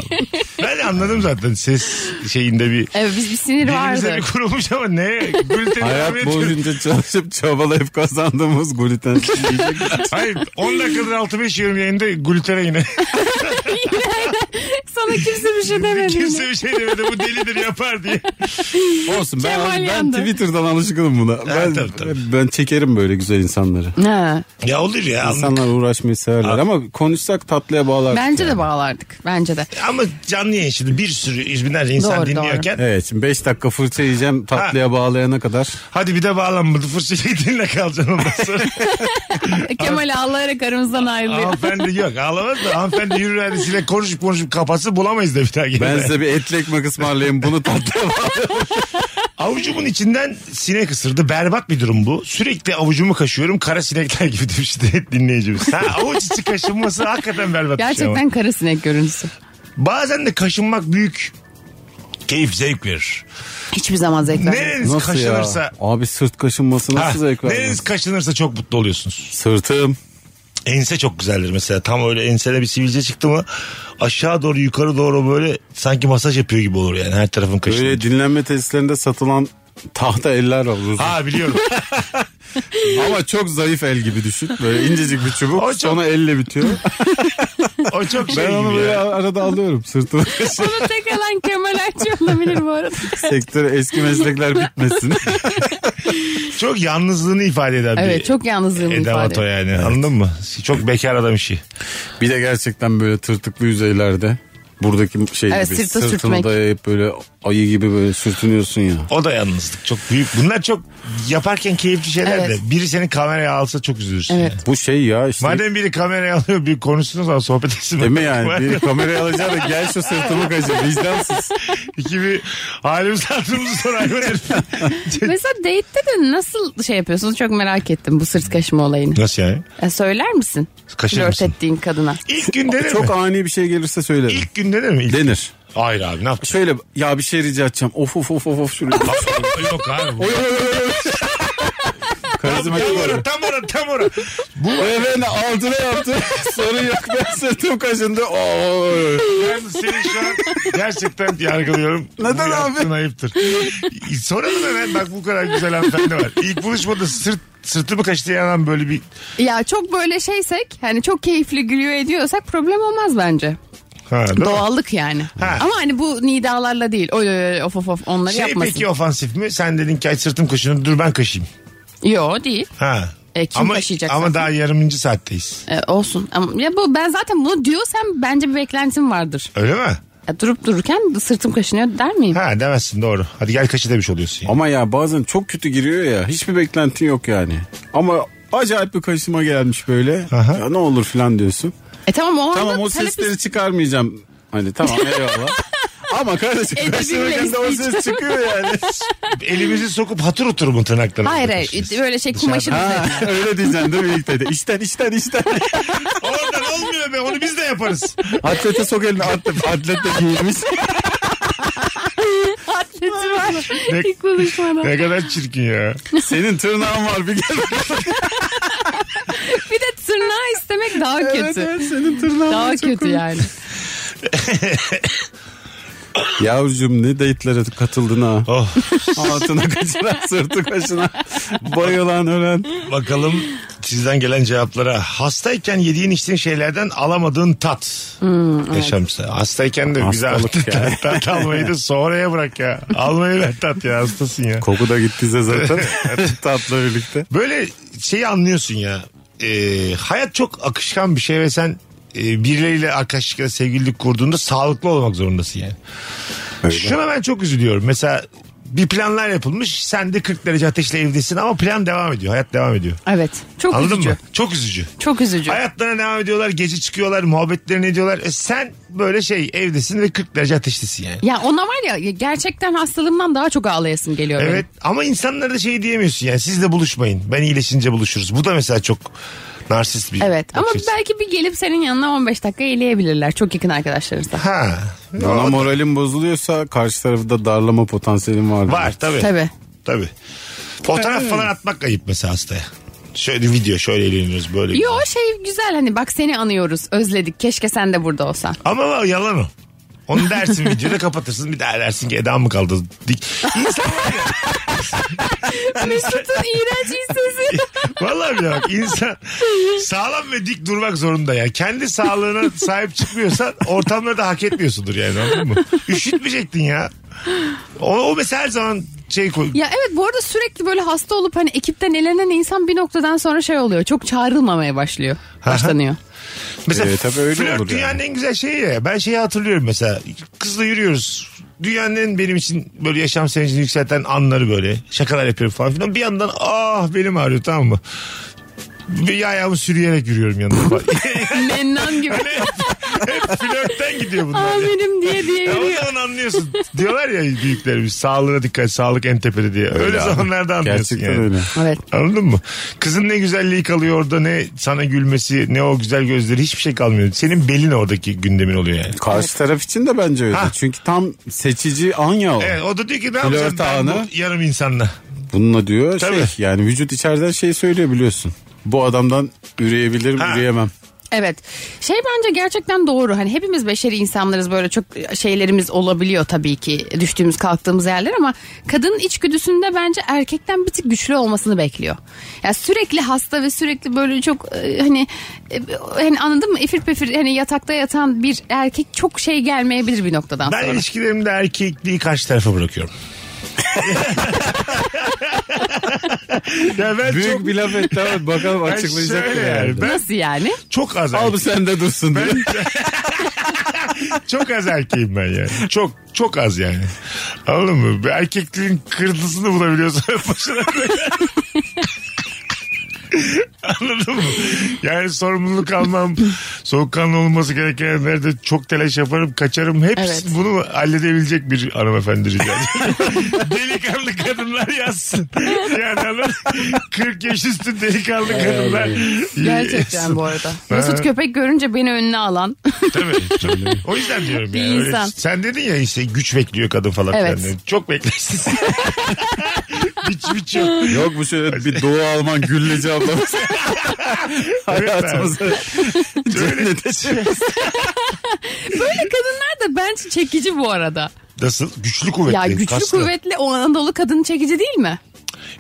Speaker 1: Ben anladım zaten ses şeyinde bir
Speaker 2: Evet biz bir sinir
Speaker 1: dilimize
Speaker 2: vardı.
Speaker 1: bir kurulmuş ama ne? Gluten
Speaker 3: Hayat boyunca çalışıp çabalayıp kazandığımız gluten.
Speaker 1: Hayır 10 dakikadır 6-5 yiyorum yayında glutene yine.
Speaker 2: Sana kimse bir şey demedi.
Speaker 1: Kimse bir şey demedi bu delidir yapar diye.
Speaker 3: Olsun ben,
Speaker 2: Kemal
Speaker 3: ben
Speaker 2: yandı.
Speaker 3: Twitter'dan alışkınım buna. Ben,
Speaker 1: tabii, tabii.
Speaker 3: ben çekerim böyle güzel insanları.
Speaker 2: Ha,
Speaker 1: Ya olur ya. anlık.
Speaker 3: İnsanlar uğraşmayı severler ama konuşsak tatlıya bağlar.
Speaker 2: bence de bağlardık. Bence de.
Speaker 1: Ama canlı yayın şimdi bir sürü yüz binlerce insan
Speaker 2: Doğru,
Speaker 1: dinliyorken
Speaker 3: Evet şimdi 5 dakika fırça yiyeceğim tatlıya bağlayana kadar.
Speaker 1: hadi bir de bağlanmadı fırsatı dinle kalacaksın ondan sonra.
Speaker 2: Kemal ağlayarak aramızdan ayrılıyor.
Speaker 1: hanımefendi yok ağlamaz da hanımefendi yürür ailesiyle konuşup konuşup kapatsa bulamayız da bir daha gene.
Speaker 3: Ben size bir etli ekmek ısmarlayayım bunu tatlıya bağlayın.
Speaker 1: Avucumun içinden sinek ısırdı. Berbat bir durum bu. Sürekli avucumu kaşıyorum kara sinekler gibi demiş de dinleyicimiz. Ha, avuç içi kaşınması hakikaten berbat bir şey ama.
Speaker 2: Gerçekten kara sinek görüntüsü.
Speaker 1: Bazen de kaşınmak büyük keyif zevk verir.
Speaker 2: Hiçbir zaman zevk vermez.
Speaker 1: Nereniz kaşınırsa...
Speaker 3: ya? Abi sırt kaşınması
Speaker 1: Ha,
Speaker 3: nasıl zevk vermez?
Speaker 1: nereniz kaşınırsa çok mutlu oluyorsunuz.
Speaker 3: Sırtım.
Speaker 1: Ense çok güzeldir mesela. Tam öyle ensene bir sivilce çıktı mı aşağı doğru yukarı doğru böyle sanki masaj yapıyor gibi olur yani. Her tarafın kaşınır.
Speaker 3: Böyle dinlenme tesislerinde satılan tahta eller var. uzun.
Speaker 1: Ha biliyorum.
Speaker 3: Ama çok zayıf el gibi düşün. Böyle incecik bir çubuk.
Speaker 1: O çok-
Speaker 3: Sonra elle bitiyor.
Speaker 1: O çok şey
Speaker 3: Ben onu
Speaker 1: gibi
Speaker 3: böyle
Speaker 1: ya.
Speaker 3: arada alıyorum. Sırtıma kaşıyorum.
Speaker 2: Bunu tek alan Kemal Ayçi olabilir bu arada.
Speaker 3: Sektör eski meslekler bitmesin.
Speaker 1: Çok yalnızlığını ifade eden bir
Speaker 2: Evet çok yalnızlığımı
Speaker 1: edevat
Speaker 2: ifade.
Speaker 1: o yani. Anladın mı? Çok bekar adam işi.
Speaker 3: Bir de gerçekten böyle tırtıklı yüzeylerde buradaki şey
Speaker 2: Evet,
Speaker 3: gibi
Speaker 2: sırta
Speaker 3: sırtını
Speaker 2: sürtmek.
Speaker 3: dayayıp böyle ayı gibi böyle sürtünüyorsun ya.
Speaker 1: O da yalnızlık. Çok büyük. Bunlar çok yaparken keyifli şeyler
Speaker 2: Evet.
Speaker 1: de. Biri seni kameraya alsa çok üzülürsün.
Speaker 2: Evet.
Speaker 1: yani.
Speaker 3: Bu şey ya işte.
Speaker 1: Madem biri kameraya alıyor bir konuşsunuz ama sohbet etsin.
Speaker 3: Değil mi yani? Bir kamerayı alacağı da gel şu sırtımı kaşı. Vicdansız.
Speaker 1: İki bir halimizi hatırımızı sorar. hayvan herif.
Speaker 2: Mesela date'te de nasıl şey yapıyorsunuz çok merak ettim bu sırt kaşıma olayını.
Speaker 1: Nasıl yani?
Speaker 2: E, söyler misin?
Speaker 1: Kaşır
Speaker 2: Flört
Speaker 1: mısın?
Speaker 2: ettiğin kadına.
Speaker 1: İlk gün denir mi?
Speaker 3: Çok ani bir şey gelirse söylerim.
Speaker 1: İlk gün denir mi? İlk
Speaker 3: Denir.
Speaker 1: Hayır abi ne yapacağız?
Speaker 3: Şöyle ya bir şey rica edeceğim. Of of of of of şuraya.
Speaker 1: Yok abi.
Speaker 3: Oy, oy, oy, oy, oy. Karizmatik
Speaker 1: Tam
Speaker 3: oluyor.
Speaker 1: ora tam ora tam ora.
Speaker 3: Bu ben altına yaptı. Sorun yok ben sırtım kaşındı. Oy.
Speaker 1: Ben seni şu an gerçekten yargılıyorum.
Speaker 3: Neden
Speaker 1: Bu
Speaker 3: abi?
Speaker 1: yaptığın ayıptır. Soralım hemen bak bu kadar güzel hanımefendi var. İlk buluşmada sırt sırtımı kaşıyan adam böyle bir...
Speaker 2: Ya çok böyle şeysek hani çok keyifli gülüyor ediyorsak problem olmaz bence.
Speaker 1: Ha, değil mi?
Speaker 2: Doğallık yani.
Speaker 1: Ha.
Speaker 2: Ama hani bu nidalarla değil. Oy oy oy of of of onları
Speaker 1: Şey
Speaker 2: yapmasın.
Speaker 1: peki ofansif mi? Sen dedin ki ay sırtım kaşınır dur ben kaşıyım.
Speaker 2: Yo değil.
Speaker 1: Ha.
Speaker 2: E, kim
Speaker 1: ama,
Speaker 2: kaşıyacak
Speaker 1: Ama
Speaker 2: zaten?
Speaker 1: daha yarımıncı saatteyiz.
Speaker 2: E, olsun. Ama ya bu ben zaten bunu diyorsam bence bir beklentim vardır.
Speaker 1: Öyle mi?
Speaker 2: Ya durup dururken sırtım kaşınıyor der miyim?
Speaker 1: Ha demezsin doğru. Hadi gel kaşı demiş oluyorsun. yani.
Speaker 3: Ama ya bazen çok kötü giriyor ya. Hiçbir beklentin yok yani. Ama acayip bir kaşıma gelmiş böyle.
Speaker 1: Aha.
Speaker 3: Ya ne olur filan diyorsun.
Speaker 2: E tamam o anda
Speaker 3: tamam o
Speaker 2: talep
Speaker 3: sesleri çıkarmayacağım. Hani tamam eyvallah. Ama kardeşim
Speaker 2: Edebimle
Speaker 3: kaşıma de o ses
Speaker 2: isteyeceğim.
Speaker 3: çıkıyor yani.
Speaker 1: Elimizi sokup hatır otur mu tırnaklarına?
Speaker 2: Hayır hayır
Speaker 1: Kaşıyorsun.
Speaker 2: böyle şey kumaşın
Speaker 3: ha,
Speaker 2: üzerine.
Speaker 3: öyle diyeceksin değil mi ilk dedi? İşten işten işten.
Speaker 1: Oradan olmuyor be onu biz de yaparız.
Speaker 3: Atlete sok elini atlet, atlet de giymiş.
Speaker 2: Atleti var.
Speaker 1: Ne-
Speaker 2: İlk konuşmadan.
Speaker 1: ne kadar çirkin ya.
Speaker 3: Senin tırnağın var bir gel.
Speaker 2: Bir de tırnağı istemek daha kötü.
Speaker 3: senin tırnağın
Speaker 2: Daha
Speaker 3: var. çok
Speaker 2: kötü
Speaker 3: komik.
Speaker 2: yani.
Speaker 3: Yavrucuğum ne date'lere katıldın ha.
Speaker 1: Oh.
Speaker 3: Altına kaçıran sırtı kaşına. Bayılan ölen.
Speaker 1: Bakalım sizden gelen cevaplara. Hastayken yediğin içtiğin şeylerden alamadığın tat.
Speaker 2: Hmm,
Speaker 1: Yaşamsa. Hastayken de bize
Speaker 3: Hastalık
Speaker 1: tat,
Speaker 3: ya.
Speaker 1: tat, tat almayı da sonraya bırak ya. Almayı ver tat ya hastasın ya.
Speaker 3: Koku da gittiyse zaten tatla birlikte.
Speaker 1: Böyle şeyi anlıyorsun ya. Ee, hayat çok akışkan bir şey ve sen e, birileriyle arkadaşlık ya da sevgililik kurduğunda sağlıklı olmak zorundasın yani. Şuna ben çok üzülüyorum. Mesela bir planlar yapılmış. Sen de 40 derece ateşle evdesin ama plan devam ediyor. Hayat devam ediyor.
Speaker 2: Evet. Çok
Speaker 1: Anladın
Speaker 2: üzücü.
Speaker 1: mı? Çok üzücü.
Speaker 2: Çok üzücü.
Speaker 1: Hayatlarına devam ediyorlar. Gece çıkıyorlar. Muhabbetlerini ediyorlar. E sen böyle şey evdesin ve 40 derece ateşlisin yani.
Speaker 2: Ya ona var ya gerçekten hastalığımdan daha çok ağlayasım geliyor
Speaker 1: Evet ama insanlara da şey diyemiyorsun yani siz de buluşmayın. Ben iyileşince buluşuruz. Bu da mesela çok narsist bir
Speaker 2: benim. Evet ama
Speaker 1: bakış açısı.
Speaker 2: belki bir gelip senin yanına 15 dakika eğleyebilirler. Çok yakın arkadaşlarınızla.
Speaker 1: Ha.
Speaker 3: Ona moralim bozuluyorsa karşı tarafı da darlama potansiyelim var.
Speaker 1: Var tabii. Tabii.
Speaker 2: Tabii.
Speaker 1: Fotoğraf falan atmak ayıp mesela hastaya. Şöyle video şöyle eğleniyoruz böyle.
Speaker 2: Yo şey güzel hani bak seni anıyoruz özledik keşke sen de burada olsan.
Speaker 1: Ama o yalan o. Onu dersin videoda kapatırsın bir daha dersin ki Eda mı kaldı? Dik. İnsan var ya.
Speaker 2: Mesut'un Hani iğrenç iyi sesi.
Speaker 1: Vallahi bile bak insan sağlam ve dik durmak zorunda ya. Kendi sağlığına sahip çıkmıyorsan ortamları da hak etmiyorsundur yani anladın mı? Üşütmeyecektin ya. O, o mesela her zaman şey koy.
Speaker 2: Ya evet bu arada sürekli böyle hasta olup hani ekipten elenen insan bir noktadan sonra şey oluyor. Çok çağrılmamaya başlıyor. Başlanıyor.
Speaker 1: Mesela
Speaker 3: Ee, tabii öyle
Speaker 1: flört
Speaker 3: olur
Speaker 1: dünyanın en güzel şeyi ya. Ben şeyi hatırlıyorum mesela. Kızla yürüyoruz. Dünyanın en benim için böyle yaşam sevincini yükselten anları böyle. Şakalar yapıyorum falan filan. Bir yandan ah belim ağrıyor tamam mı? Bir ayağımı sürüyerek yürüyorum yanına falan.
Speaker 2: Mennan gibi.
Speaker 1: Hep flörtten gidiyor bunlar. ya.
Speaker 2: Aminim diye diye
Speaker 1: Ya o
Speaker 2: yürüyor.
Speaker 1: zaman anlıyorsun. Diyorlar ya büyüklerimiz sağlığına dikkat, sağlık en tepede diye. Öyle,
Speaker 3: abi.
Speaker 1: zamanlarda anlıyorsun yani.
Speaker 3: Gerçekten öyle.
Speaker 2: Evet.
Speaker 1: Anladın mı? Kızın ne güzelliği kalıyor orada ne sana gülmesi ne o güzel gözleri hiçbir şey kalmıyor. Senin belin oradaki gündemin oluyor yani.
Speaker 3: Karşı taraf için de bence öyle.
Speaker 1: Ha.
Speaker 3: Çünkü tam seçici an ya o.
Speaker 1: Evet o da diyor ki ne yapacağım
Speaker 3: Flört
Speaker 1: ben
Speaker 3: anı.
Speaker 1: bu yarım insanla.
Speaker 3: Bununla diyor
Speaker 1: Tabii.
Speaker 3: şey yani vücut içeriden şey söylüyor biliyorsun. Bu adamdan üreyebilirim,
Speaker 1: Ha.
Speaker 3: üreyemem.
Speaker 2: Evet. Şey bence gerçekten doğru. Hani hepimiz beşeri insanlarız böyle çok şeylerimiz olabiliyor tabii ki düştüğümüz kalktığımız yerler ama kadının içgüdüsünde bence erkekten bir tık güçlü olmasını bekliyor. Ya sürekli hasta ve sürekli böyle çok e, hani e, hani anladın mı? Efir pefir hani yatakta yatan bir erkek çok şey gelmeyebilir bir noktadan
Speaker 1: Ben
Speaker 2: sonra.
Speaker 1: ilişkilerimde erkekliği karşı tarafa bırakıyorum. ya ben
Speaker 3: Büyük
Speaker 1: çok...
Speaker 3: bir laf etti ama bakalım
Speaker 1: Ben
Speaker 3: açıklayacak mı
Speaker 1: şöyle
Speaker 3: yani.
Speaker 1: yani, ben
Speaker 2: Nasıl yani?
Speaker 1: çok az
Speaker 3: Al bu sende dursun diye.
Speaker 1: Çok az erkeğim ben yani. Çok çok az yani. Anladın mı? Bir erkekliğin kırıntısını bulabiliyorsun başına. Anladın mı? Yani sorumluluk almam, soğukkanlı olması gerekenlerde çok telaş yaparım, kaçarım. Hepsi
Speaker 2: Evet.
Speaker 1: bunu halledebilecek bir hanımefendi rica ediyorum. Delikanlı kadınlar yazsın. Yani anladın? 40 yaş üstü delikanlı kadınlar.
Speaker 2: Gerçekten bu arada. Mesut köpek görünce beni önüne alan.
Speaker 1: Tabii. o yüzden diyorum
Speaker 2: Bir
Speaker 1: yani. Öyle-
Speaker 2: insan.
Speaker 1: sen dedin ya işte güç bekliyor kadın falan.
Speaker 2: Evet.
Speaker 1: Yani. Çok beklersin. biç biç yok.
Speaker 3: Yok bu şöyle bir Doğu Alman gülleci ablamız. Hayatımızda cennete çıkıyor.
Speaker 2: Böyle kadınlar da bence çekici bu arada.
Speaker 1: Nasıl? Güçlü kuvvetli.
Speaker 2: ya güçlü
Speaker 1: kaslı.
Speaker 2: kuvvetli o Anadolu kadını çekici değil mi?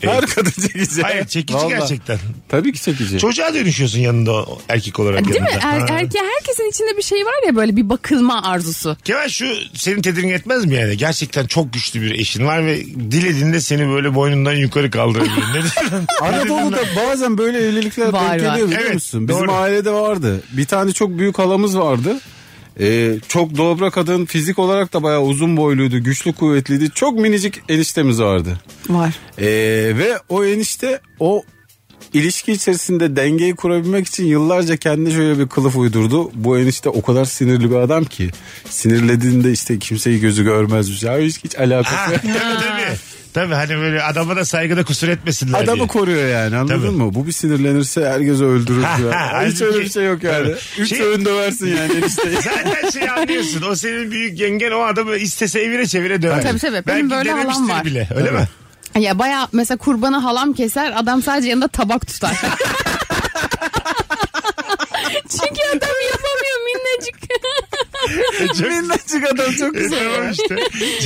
Speaker 1: Evet.
Speaker 3: Her kadın çekici.
Speaker 1: Hayır çekici
Speaker 3: Vallahi.
Speaker 1: gerçekten.
Speaker 3: Tabii ki çekici.
Speaker 1: Çocuğa dönüşüyorsun yanında o erkek olarak.
Speaker 2: Değil mi?
Speaker 1: yanında.
Speaker 2: Er,
Speaker 1: Ha.
Speaker 2: erkeğe herkesin içinde bir şey var ya böyle bir bakılma arzusu.
Speaker 1: Kemal şu seni tedirgin etmez mi yani? Gerçekten çok güçlü bir eşin var ve dilediğinde seni böyle boynundan yukarı kaldırabilir. Ne diyorsun?
Speaker 3: Anadolu'da bazen böyle evlilikler
Speaker 2: Var,
Speaker 3: denk
Speaker 2: var.
Speaker 3: geliyor biliyor
Speaker 1: Evet,
Speaker 3: musun? Bizim
Speaker 1: doğru.
Speaker 3: ailede vardı. Bir tane çok büyük halamız vardı. Ee, çok dobra kadın fizik olarak da bayağı uzun boyluydu güçlü kuvvetliydi çok minicik eniştemiz vardı
Speaker 2: Var.
Speaker 3: Ee, ve o enişte o ilişki içerisinde dengeyi kurabilmek için yıllarca kendine şöyle bir kılıf uydurdu bu enişte o kadar sinirli bir adam ki sinirlediğinde işte kimseyi gözü görmezmiş ya hiç, hiç alakası
Speaker 1: Ha,
Speaker 3: yok
Speaker 1: tabii tabii. Tabii hani böyle adama da saygıda kusur etmesinler diye.
Speaker 3: Adamı koruyor yani anladın
Speaker 1: Tabii.
Speaker 3: mı? Bu bir sinirlenirse herkesi öldürür.
Speaker 1: Ha,
Speaker 3: falan.
Speaker 1: ha,
Speaker 3: Hiç
Speaker 1: halbuki-
Speaker 3: öyle bir şey yok yani.
Speaker 1: Tabii.
Speaker 3: Üç
Speaker 1: Şey-
Speaker 3: öğün döversin yani enişteyi.
Speaker 1: Zaten şey anlıyorsun. O senin büyük yengen o adamı istese evine çevire döver.
Speaker 2: Tabii, tabii. Benim böyle halam
Speaker 1: denemiştir
Speaker 2: var.
Speaker 1: bile. Öyle mi?
Speaker 2: Ya baya mesela kurbana halam keser adam sadece yanında tabak tutar. Çünkü adam yapamıyor minnacık.
Speaker 3: Minnacık adam çok
Speaker 1: E,
Speaker 3: güzel.
Speaker 1: tamam işte.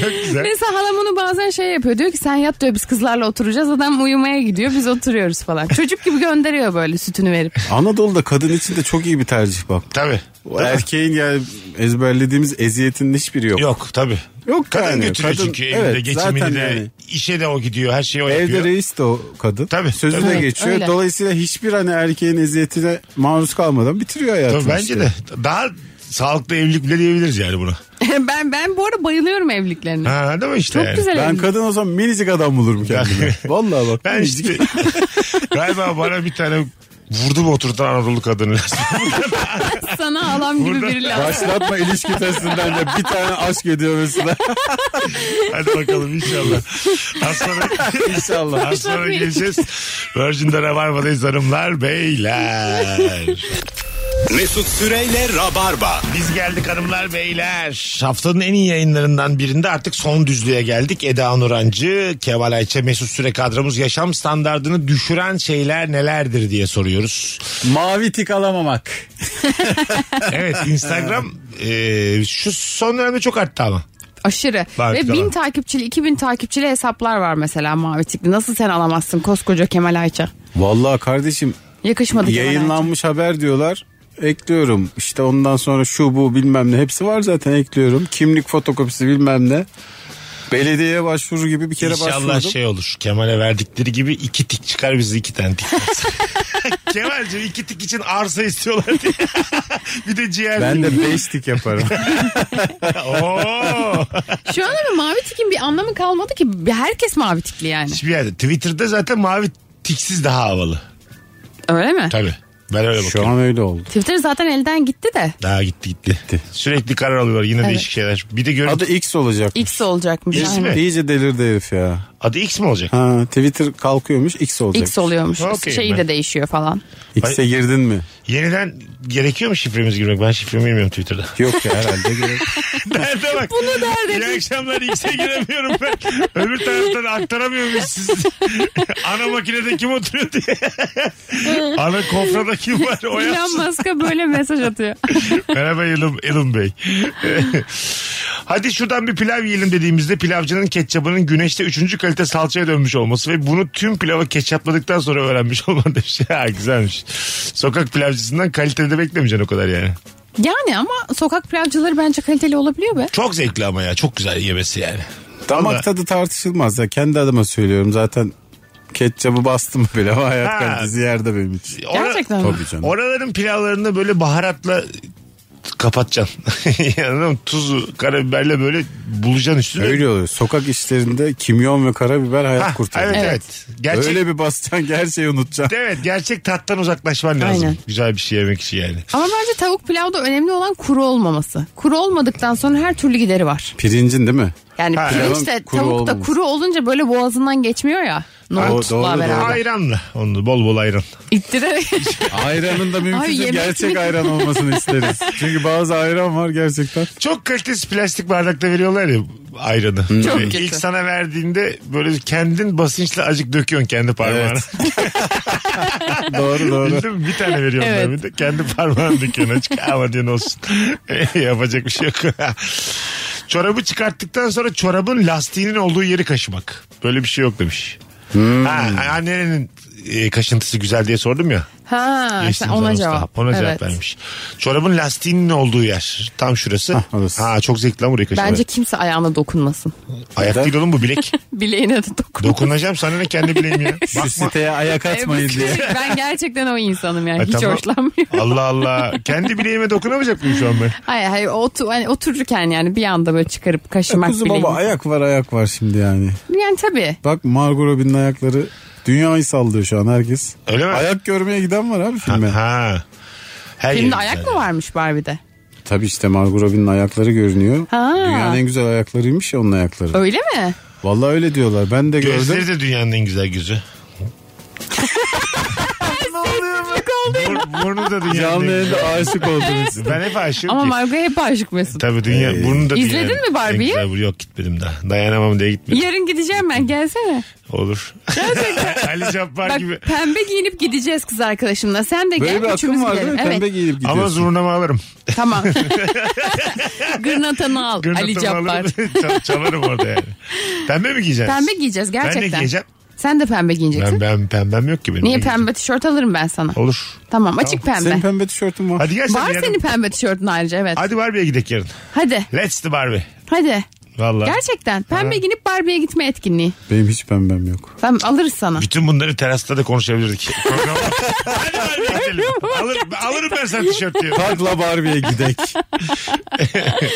Speaker 1: Çok güzel.
Speaker 2: mesela halam onu bazen şey yapıyor diyor ki sen yat diyor biz kızlarla oturacağız adam uyumaya gidiyor biz oturuyoruz falan. Çocuk gibi gönderiyor böyle sütünü verip.
Speaker 3: Anadolu'da kadın için de çok iyi bir tercih bak.
Speaker 1: Tabii.
Speaker 3: O erkeğin yani ezberlediğimiz eziyetin hiçbiri yok.
Speaker 1: Yok tabii.
Speaker 3: Yok
Speaker 1: Kadın
Speaker 3: yani,
Speaker 1: götürüyor
Speaker 3: kadın-
Speaker 1: çünkü evinde
Speaker 3: evet,
Speaker 1: geçimini
Speaker 3: zaten
Speaker 1: de
Speaker 3: yani.
Speaker 1: işe de o gidiyor her şeyi o
Speaker 3: Evde
Speaker 1: yapıyor.
Speaker 3: reis de o kadın.
Speaker 1: Tabii,
Speaker 3: Sözü
Speaker 1: tabii.
Speaker 3: de
Speaker 2: Evet,
Speaker 3: geçiyor.
Speaker 2: öyle.
Speaker 3: Dolayısıyla hiçbir hani erkeğin eziyetine maruz kalmadan bitiriyor hayatını.
Speaker 1: Tabii bence
Speaker 3: işte.
Speaker 1: de daha sağlıklı evlilik bile diyebiliriz yani buna.
Speaker 2: ben ben bu ara bayılıyorum evliliklerine.
Speaker 1: Ha değil mi işte?
Speaker 2: Çok
Speaker 1: yani?
Speaker 2: güzel
Speaker 3: Ben
Speaker 2: evlilik.
Speaker 3: kadın olsam minicik adam bulurum kendime. Vallahi bak.
Speaker 1: Ben
Speaker 3: minicik.
Speaker 1: işte galiba bana bir tane vurdum oturtan Anadolu kadını.
Speaker 2: Sana alam gibi
Speaker 1: Burada-
Speaker 2: biri lazım.
Speaker 3: Başlatma ilişki testinden de bir tane aşk ödüyormesine.
Speaker 1: Hadi bakalım inşallah. Az sonra,
Speaker 3: İnşallah.
Speaker 1: az sonra geleceğiz. Virgin'de Rabarba'dayız hanımlar beyler.
Speaker 5: Mesut Süreyle Rabarba.
Speaker 1: Biz geldik hanımlar beyler. Haftanın en iyi yayınlarından birinde artık son düzlüğe geldik. Eda Nurancı, Kemal Ayça, Mesut Süre kadromuz yaşam standartını düşüren şeyler nelerdir diye soruyoruz.
Speaker 3: Mavi tik alamamak.
Speaker 1: Evet Instagram e, şu son dönemde çok arttı ama.
Speaker 2: Aşırı.
Speaker 1: Belki de
Speaker 2: Ve bin
Speaker 1: var.
Speaker 2: takipçili, iki bin takipçili hesaplar var mesela mavi tikli. Nasıl sen alamazsın koskoca Kemal Ayça?
Speaker 3: Vallahi kardeşim
Speaker 2: Yakışmadı Kemal Ayça.
Speaker 3: yayınlanmış haber diyorlar. Ekliyorum. İşte ondan sonra şu bu bilmem ne hepsi var zaten ekliyorum. Kimlik fotokopisi bilmem ne. Belediyeye başvuru gibi bir kere
Speaker 1: İnşallah
Speaker 3: başvurdum.
Speaker 1: şey olur. Kemal'e verdikleri gibi iki tik çıkar bizi iki tane tik. Kemal'cim iki tik için arsa istiyorlar diye. bir de ciğer.
Speaker 3: Ben de beş tik yaparım.
Speaker 1: Oo.
Speaker 2: Şu anda bir mavi tikin bir anlamı kalmadı ki. Herkes mavi tikli yani.
Speaker 1: Hiçbir yerde. Twitter'da zaten mavi tiksiz daha havalı.
Speaker 2: Öyle mi?
Speaker 1: Tabii. Ben öyle
Speaker 3: Şu
Speaker 1: bakıyorum.
Speaker 3: an öyle oldu.
Speaker 2: Twitter zaten elden gitti de.
Speaker 1: Daha gitti gitti. Sürekli karar alıyorlar yine değişik şeyler. Bir de görüntü.
Speaker 3: Adı
Speaker 1: Adı,
Speaker 3: X olacak.
Speaker 2: X olacakmış.
Speaker 1: X mi?
Speaker 2: Aynen.
Speaker 3: İyice delirdi herif ya.
Speaker 1: X mi olacak?
Speaker 3: Ha, Twitter kalkıyormuş X olacak.
Speaker 2: X oluyormuş.
Speaker 1: Okey,
Speaker 2: Şeyi
Speaker 1: ben-
Speaker 2: de değişiyor falan.
Speaker 3: X'e girdin mi?
Speaker 1: Yeniden gerekiyor mu şifremiz girmek? Ben şifremi bilmiyorum Twitter'da.
Speaker 3: Yok ya herhalde gerek.
Speaker 1: Nerede bak. Bunu
Speaker 2: nerede?
Speaker 1: İyi akşamlar X'e giremiyorum ben. Öbür taraftan aktaramıyorum siz. Ana makinede kim oturuyor diye. Ana kofrada kim var o
Speaker 2: Elon
Speaker 1: yapsın.
Speaker 2: Musk'a böyle mesaj atıyor.
Speaker 1: Merhaba Elon, Elon Bey. Hadi şuradan bir pilav yiyelim dediğimizde pilavcının ketçabının güneşte üçüncü kalite salçaya dönmüş olması ve bunu tüm pilava ketçapladıktan sonra öğrenmiş olman demiş. Ha, güzelmiş. Sokak pilavcısından kaliteli de beklemeyeceksin o kadar yani.
Speaker 2: Yani ama sokak pilavcıları bence kaliteli olabiliyor be.
Speaker 1: Çok zevkli ama ya çok güzel yemesi yani. Vallahi.
Speaker 3: Damak tadı tartışılmaz ya. Kendi adıma söylüyorum zaten ketçabı bastım bile ama
Speaker 1: Ha.
Speaker 3: hayat kalitesi yerde benim için.
Speaker 1: Ora-
Speaker 2: Gerçekten mi?
Speaker 3: Tabii canım.
Speaker 1: Oraların pilavlarını böyle baharatla kapatacaksın. yani anladın mı? tuzu, karabiberle böyle bulacaksın üstüne.
Speaker 3: Öyle oluyor. Sokak işlerinde kimyon ve karabiber hayat
Speaker 1: Ha,
Speaker 3: kurtarıyor.
Speaker 1: evet, evet Gerçek
Speaker 3: Öyle bir basacaksın ki her şeyi unutacaksın.
Speaker 1: Evet gerçek tattan uzaklaşman lazım.
Speaker 2: Aynen.
Speaker 1: Güzel bir şey yemek için yani.
Speaker 2: Ama bence tavuk pilavda önemli olan kuru olmaması. Kuru olmadıktan sonra her türlü gideri var.
Speaker 3: Pirincin değil mi?
Speaker 2: Yani
Speaker 1: Ha,
Speaker 2: pirinç de
Speaker 3: evet. Kuru
Speaker 2: tavuk da
Speaker 3: olmaması.
Speaker 2: kuru olunca böyle boğazından geçmiyor ya. Nohutla
Speaker 3: doğru,
Speaker 2: beraber.
Speaker 3: doğru.
Speaker 1: Ayranla onu bol bol ayran.
Speaker 2: İttirerek.
Speaker 3: Ayranın da
Speaker 2: Ay,
Speaker 3: mümkünse
Speaker 2: yemek
Speaker 3: gerçek
Speaker 2: mi?
Speaker 3: ayran olmasını isteriz. Çünkü bazı ayran var gerçekten.
Speaker 1: Çok kalitesiz plastik bardakta veriyorlar ya ayranı.
Speaker 2: Çok
Speaker 1: Ee,
Speaker 2: kötü.
Speaker 1: İlk sana verdiğinde böyle kendin basınçla acık döküyorsun kendi parmağına.
Speaker 3: Doğru doğru.
Speaker 1: Bildin mi? Bir tane veriyorum
Speaker 2: Evet.
Speaker 1: ben bir de. Kendi parmağını dükkanı açık. Ama diyen olsun. Yapacak bir şey yok. Çorabı çıkarttıktan sonra çorabın lastiğinin olduğu yeri kaşımak. Böyle bir şey yok demiş.
Speaker 2: Hmm.
Speaker 1: Ha, annenin e, kaşıntısı güzel diye sordum ya.
Speaker 2: Ha, sen
Speaker 1: Geçtiğimiz
Speaker 2: ona
Speaker 1: anonsta.
Speaker 2: cevap.
Speaker 1: Ona
Speaker 2: Evet.
Speaker 1: cevap vermiş. Çorabın lastiğinin olduğu yer. Tam şurası.
Speaker 3: Hah, orası.
Speaker 1: ha, çok zevkli lan burayı kaşımak.
Speaker 2: Bence kimse ayağına dokunmasın.
Speaker 1: Ayak değil oğlum bu bilek.
Speaker 2: Bileğine de dokunmasın.
Speaker 1: Dokunacağım sana ne kendi bileğim ya.
Speaker 3: Şu siteye ayak atmayın diye. E,
Speaker 2: ben gerçekten o insanım yani.
Speaker 1: Ha,
Speaker 2: Hiç
Speaker 1: E, tamam.
Speaker 2: hoşlanmıyorum.
Speaker 1: Allah Allah. Kendi bileğime dokunamayacak mıyım şu an ben?
Speaker 2: Hayır hayır otu, hani otururken yani bir anda böyle çıkarıp kaşımak
Speaker 3: Kuzu
Speaker 2: bile.
Speaker 3: baba ayak var ayak var şimdi yani.
Speaker 2: Yani tabii.
Speaker 3: Bak Margot Robbie'nin ayakları dünyayı sallıyor şu an herkes.
Speaker 1: Öyle mi?
Speaker 3: Ayak görmeye giden var abi filme.
Speaker 1: Ha. Her
Speaker 2: Filmde
Speaker 1: yerimiz
Speaker 2: ayak
Speaker 1: yani.
Speaker 2: mı varmış Barbie'de?
Speaker 3: Tabii işte Margot Robbie'nin ayakları görünüyor.
Speaker 2: Ha.
Speaker 3: Dünyanın en güzel ayaklarıymış ya onun ayakları.
Speaker 2: Öyle mi?
Speaker 3: Vallahi öyle diyorlar. Ben de gördüm.
Speaker 1: Gözleri de dünyanın en güzel gözü. Bur- burnu da dünyanın
Speaker 3: Canlı
Speaker 1: en
Speaker 3: yayında aşık oldum.
Speaker 1: güzel. Ben hep aşığım
Speaker 2: Ama
Speaker 1: ki.
Speaker 2: Margot hep aşık Mesut.
Speaker 1: Tabii dünya burnu da
Speaker 2: İzledin
Speaker 1: dünyanın
Speaker 2: mi
Speaker 1: en
Speaker 2: Barbie'yi?
Speaker 1: güzel burnu. Yok gitmedim daha. Dayanamam diye gitmedim.
Speaker 2: Yarın gideceğim ben gelsene.
Speaker 1: Olur. Ali Cabbar
Speaker 2: Bak
Speaker 1: gibi.
Speaker 2: pembe giyinip gideceğiz kız arkadaşımla. Sen de
Speaker 3: Böyle
Speaker 2: gel
Speaker 3: bir
Speaker 2: üçümüz
Speaker 3: akım var değil
Speaker 2: gidelim.
Speaker 3: mi?
Speaker 2: Evet
Speaker 3: Pembe giyinip gidiyorsun.
Speaker 1: Ama zurnamı alırım.
Speaker 2: tamam. Gırnatanı al
Speaker 1: Gırnatamı
Speaker 2: Ali Cabbar.
Speaker 1: alırım. Çal- Çalarım orada yani. Pembe mi giyeceksin?
Speaker 2: Pembe giyeceğiz
Speaker 1: Ben ne
Speaker 2: gerçekten.
Speaker 1: giyeceğim?
Speaker 2: Sen de pembe giyineceksin.
Speaker 1: Ben, ben pembem yok ki benim.
Speaker 2: Niye
Speaker 1: Ne
Speaker 2: pembe tişört alırım ben sana.
Speaker 1: Olur.
Speaker 2: Tamam açık pembe.
Speaker 3: Senin pembe tişörtün var.
Speaker 1: Hadi gel sen
Speaker 2: Var
Speaker 1: yarın-
Speaker 2: senin pembe tişörtün ayrıca evet.
Speaker 1: Hadi Barbie'ye gidelim yarın.
Speaker 2: Hadi
Speaker 1: Let's the Barbie.
Speaker 2: hadi.
Speaker 1: Vallahi.
Speaker 2: Gerçekten pembe giyinip Barbie'ye gitme etkinliği.
Speaker 3: Benim hiç pembem yok.
Speaker 2: Tamam alırız sana.
Speaker 1: Bütün bunları terasta da konuşabilirdik. Programda. Hadi Barbie'ye gidelim. Alır, alırım ben sana tişört diyor.
Speaker 3: Kartla Barbie'ye gidek.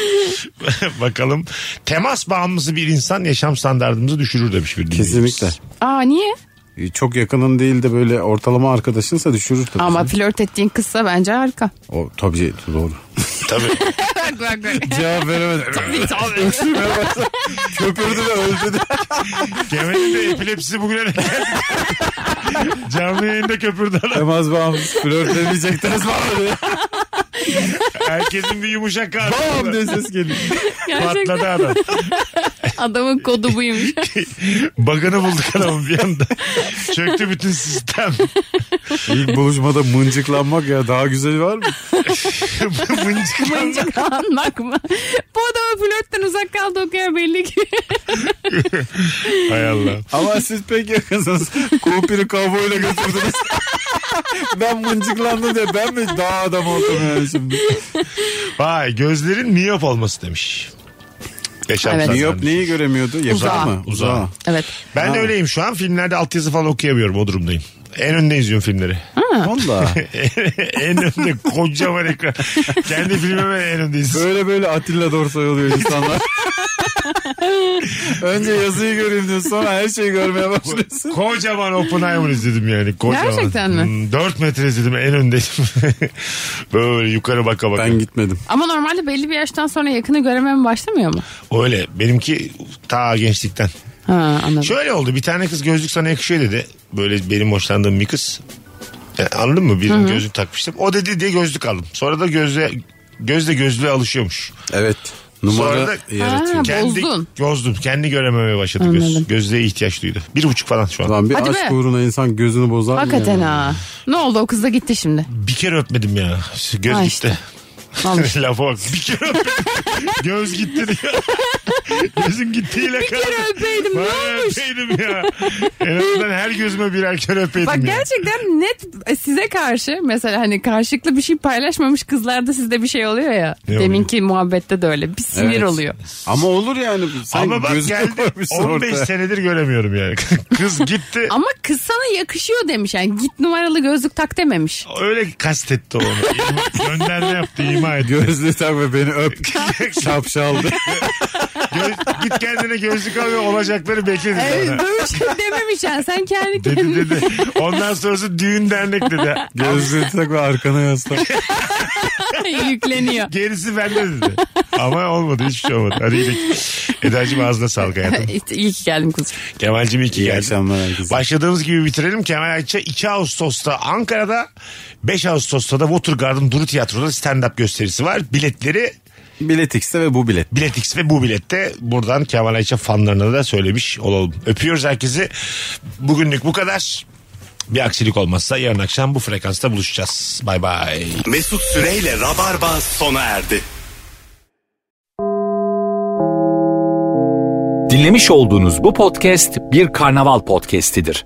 Speaker 1: Bakalım. Temas bağımlısı bir insan yaşam standartımızı düşürür demiş bir dinleyicimiz.
Speaker 3: Kesinlikle.
Speaker 2: Aa niye?
Speaker 3: Ee, Çok yakının değil de böyle ortalama arkadaşınsa düşürür tabii.
Speaker 2: Ama
Speaker 3: canım.
Speaker 2: flört ettiğin kızsa bence harika.
Speaker 3: O, tabii şey, doğru.
Speaker 1: Tabii.
Speaker 2: bak bak bak.
Speaker 3: Cevap veremedim. Öksürmeye başladı. Köpürdü ve öldü de.
Speaker 1: Kemal'in de epilepsisi bugüne de geldi. Canlı yayında köpürdü adam.
Speaker 3: Temas bağımlısı flört edecekten sonra diye.
Speaker 1: Herkesin bir yumuşak
Speaker 3: bam
Speaker 1: karnı.
Speaker 3: diye ses geliyor.
Speaker 2: Gerçekten
Speaker 1: Patladı adam.
Speaker 2: adamın kodu buymuş.
Speaker 1: Bagını bulduk adamın bir anda. Çöktü bütün sistem.
Speaker 3: İlk buluşmada mıncıklanmak ya daha güzel var mı?
Speaker 1: Mıncıklandı.
Speaker 2: Mıncık anmak mı? Bu adamın flörtten uzak kaldı o kadar belli ki.
Speaker 1: Hay Allah.
Speaker 3: Ama siz pek yakınsınız. Kumpiri kavboyla götürdünüz. ben mıncıklandım diye ben mi daha adam oldum yani şimdi?
Speaker 1: Vay gözlerin miyop olması demiş. Yaşam
Speaker 2: Evet.
Speaker 1: standartı.
Speaker 3: Miyop neyi göremiyordu? Yakın
Speaker 2: Uzağı.
Speaker 3: mı? Uzağa.
Speaker 2: evet.
Speaker 1: Ben de öyleyim şu an filmlerde altyazı falan okuyamıyorum o durumdayım. En önde izliyorum filmleri.
Speaker 3: Valla.
Speaker 1: en önde kocaman ekran. Kendi filmime ben en önde izliyorum.
Speaker 3: Böyle böyle Atilla Dorsoy oluyor insanlar. Önce yazıyı göreyim diyorsun sonra her şeyi görmeye başlıyorsun.
Speaker 1: Kocaman Oppenheimer izledim yani. Kocaman.
Speaker 2: Gerçekten mi?
Speaker 1: 4 metre izledim en öndeydim. Böyle yukarı baka baka.
Speaker 3: Ben gitmedim.
Speaker 2: Ama normalde belli bir yaştan sonra yakını göremem başlamıyor mu?
Speaker 1: Öyle benimki ta gençlikten.
Speaker 2: Ha anladım.
Speaker 1: Şöyle oldu bir tane kız gözlük sana yakışıyor dedi. Böyle benim hoşlandığım bir kız. E, anladın mı? Birinin gözlük takmıştım. O dedi diye gözlük aldım. Sonra da gözle gözle gözlüğe alışıyormuş.
Speaker 3: Evet.
Speaker 1: Sonra
Speaker 3: Numara
Speaker 1: da-
Speaker 3: yaratıyor.
Speaker 2: Ha, bozdun.
Speaker 1: Bozdum. Kendi görememeye başladı
Speaker 2: Anladım.
Speaker 1: göz. Gözlüğe ihtiyaç duydu. Bir buçuk falan şu an.
Speaker 3: Lan bir
Speaker 2: Hadi
Speaker 3: aşk
Speaker 2: be.
Speaker 3: uğruna insan gözünü bozar mı
Speaker 2: Hakikaten
Speaker 3: yani?
Speaker 2: ha. Ne oldu o kız da gitti şimdi.
Speaker 1: Bir kere öpmedim ya. Göz
Speaker 2: Ha
Speaker 1: gitti.
Speaker 2: işte. Olmuş.
Speaker 1: Lafa bak. Bir kere öpmedim. Göz gitti diyor. Gözüm gittiğiyle
Speaker 2: Bir kere öpeydim ne
Speaker 1: Vay,
Speaker 2: olmuş?
Speaker 1: öpeydim ya. En azından her gözüme birer kere öpeydim
Speaker 2: Bak
Speaker 1: ya.
Speaker 2: gerçekten net e, size karşı mesela hani karşılıklı bir şey paylaşmamış kızlarda sizde bir şey oluyor ya.
Speaker 1: Ne
Speaker 2: Deminki muhabbette de öyle bir sinir
Speaker 3: Evet.
Speaker 2: oluyor.
Speaker 3: Ama olur yani. Sen
Speaker 1: Ama bak
Speaker 3: gözünü
Speaker 1: geldi
Speaker 3: koymuşsun
Speaker 1: 15
Speaker 3: ortaya.
Speaker 1: senedir göremiyorum yani. Kız gitti.
Speaker 2: Ama kız sana yakışıyor demiş yani git numaralı gözlük tak dememiş.
Speaker 1: Öyle kastetti onu. İma- Gönderme yaptı ima etti.
Speaker 3: Gözlü tak ve beni öp. Şapşaldı.
Speaker 1: Göz- git kendine gözlük al ve olacakları bekle dedi.
Speaker 2: Evet
Speaker 1: ona.
Speaker 2: böyle bir şey dememiş yani sen kendi
Speaker 1: Dedi
Speaker 2: kendine.
Speaker 1: dedi. Ondan sonrası düğün dernek dedi.
Speaker 3: Gözlüğü tak ve arkana yaslan.
Speaker 2: yükleniyor.
Speaker 1: Gerisi bende dedi. Ama olmadı hiçbir şey olmadı. Hadi gidelim. Eda'cığım ağzına sağlık hayatım.
Speaker 2: İşte İyi ki geldim kuzum.
Speaker 1: Kemal'cim iyi ki
Speaker 3: İyi
Speaker 1: geldin.
Speaker 3: akşamlar herkese.
Speaker 1: Başladığımız gibi bitirelim. Kemal Ayça 2 Ağustos'ta Ankara'da 5 Ağustos'ta da Watergarden Duru Tiyatro'da stand-up gösterisi var. Biletleri
Speaker 3: Bilet X'te ve bu bilet.
Speaker 1: Bilet X ve bu bilette buradan Kemal Ayça fanlarına da söylemiş olalım. Öpüyoruz herkesi. Bugünlük bu kadar. Bir aksilik olmazsa yarın akşam bu frekansta buluşacağız. Bay bay.
Speaker 5: Mesut Süreyle Rabarba sona erdi.
Speaker 7: Dinlemiş olduğunuz bu podcast bir karnaval podcastidir.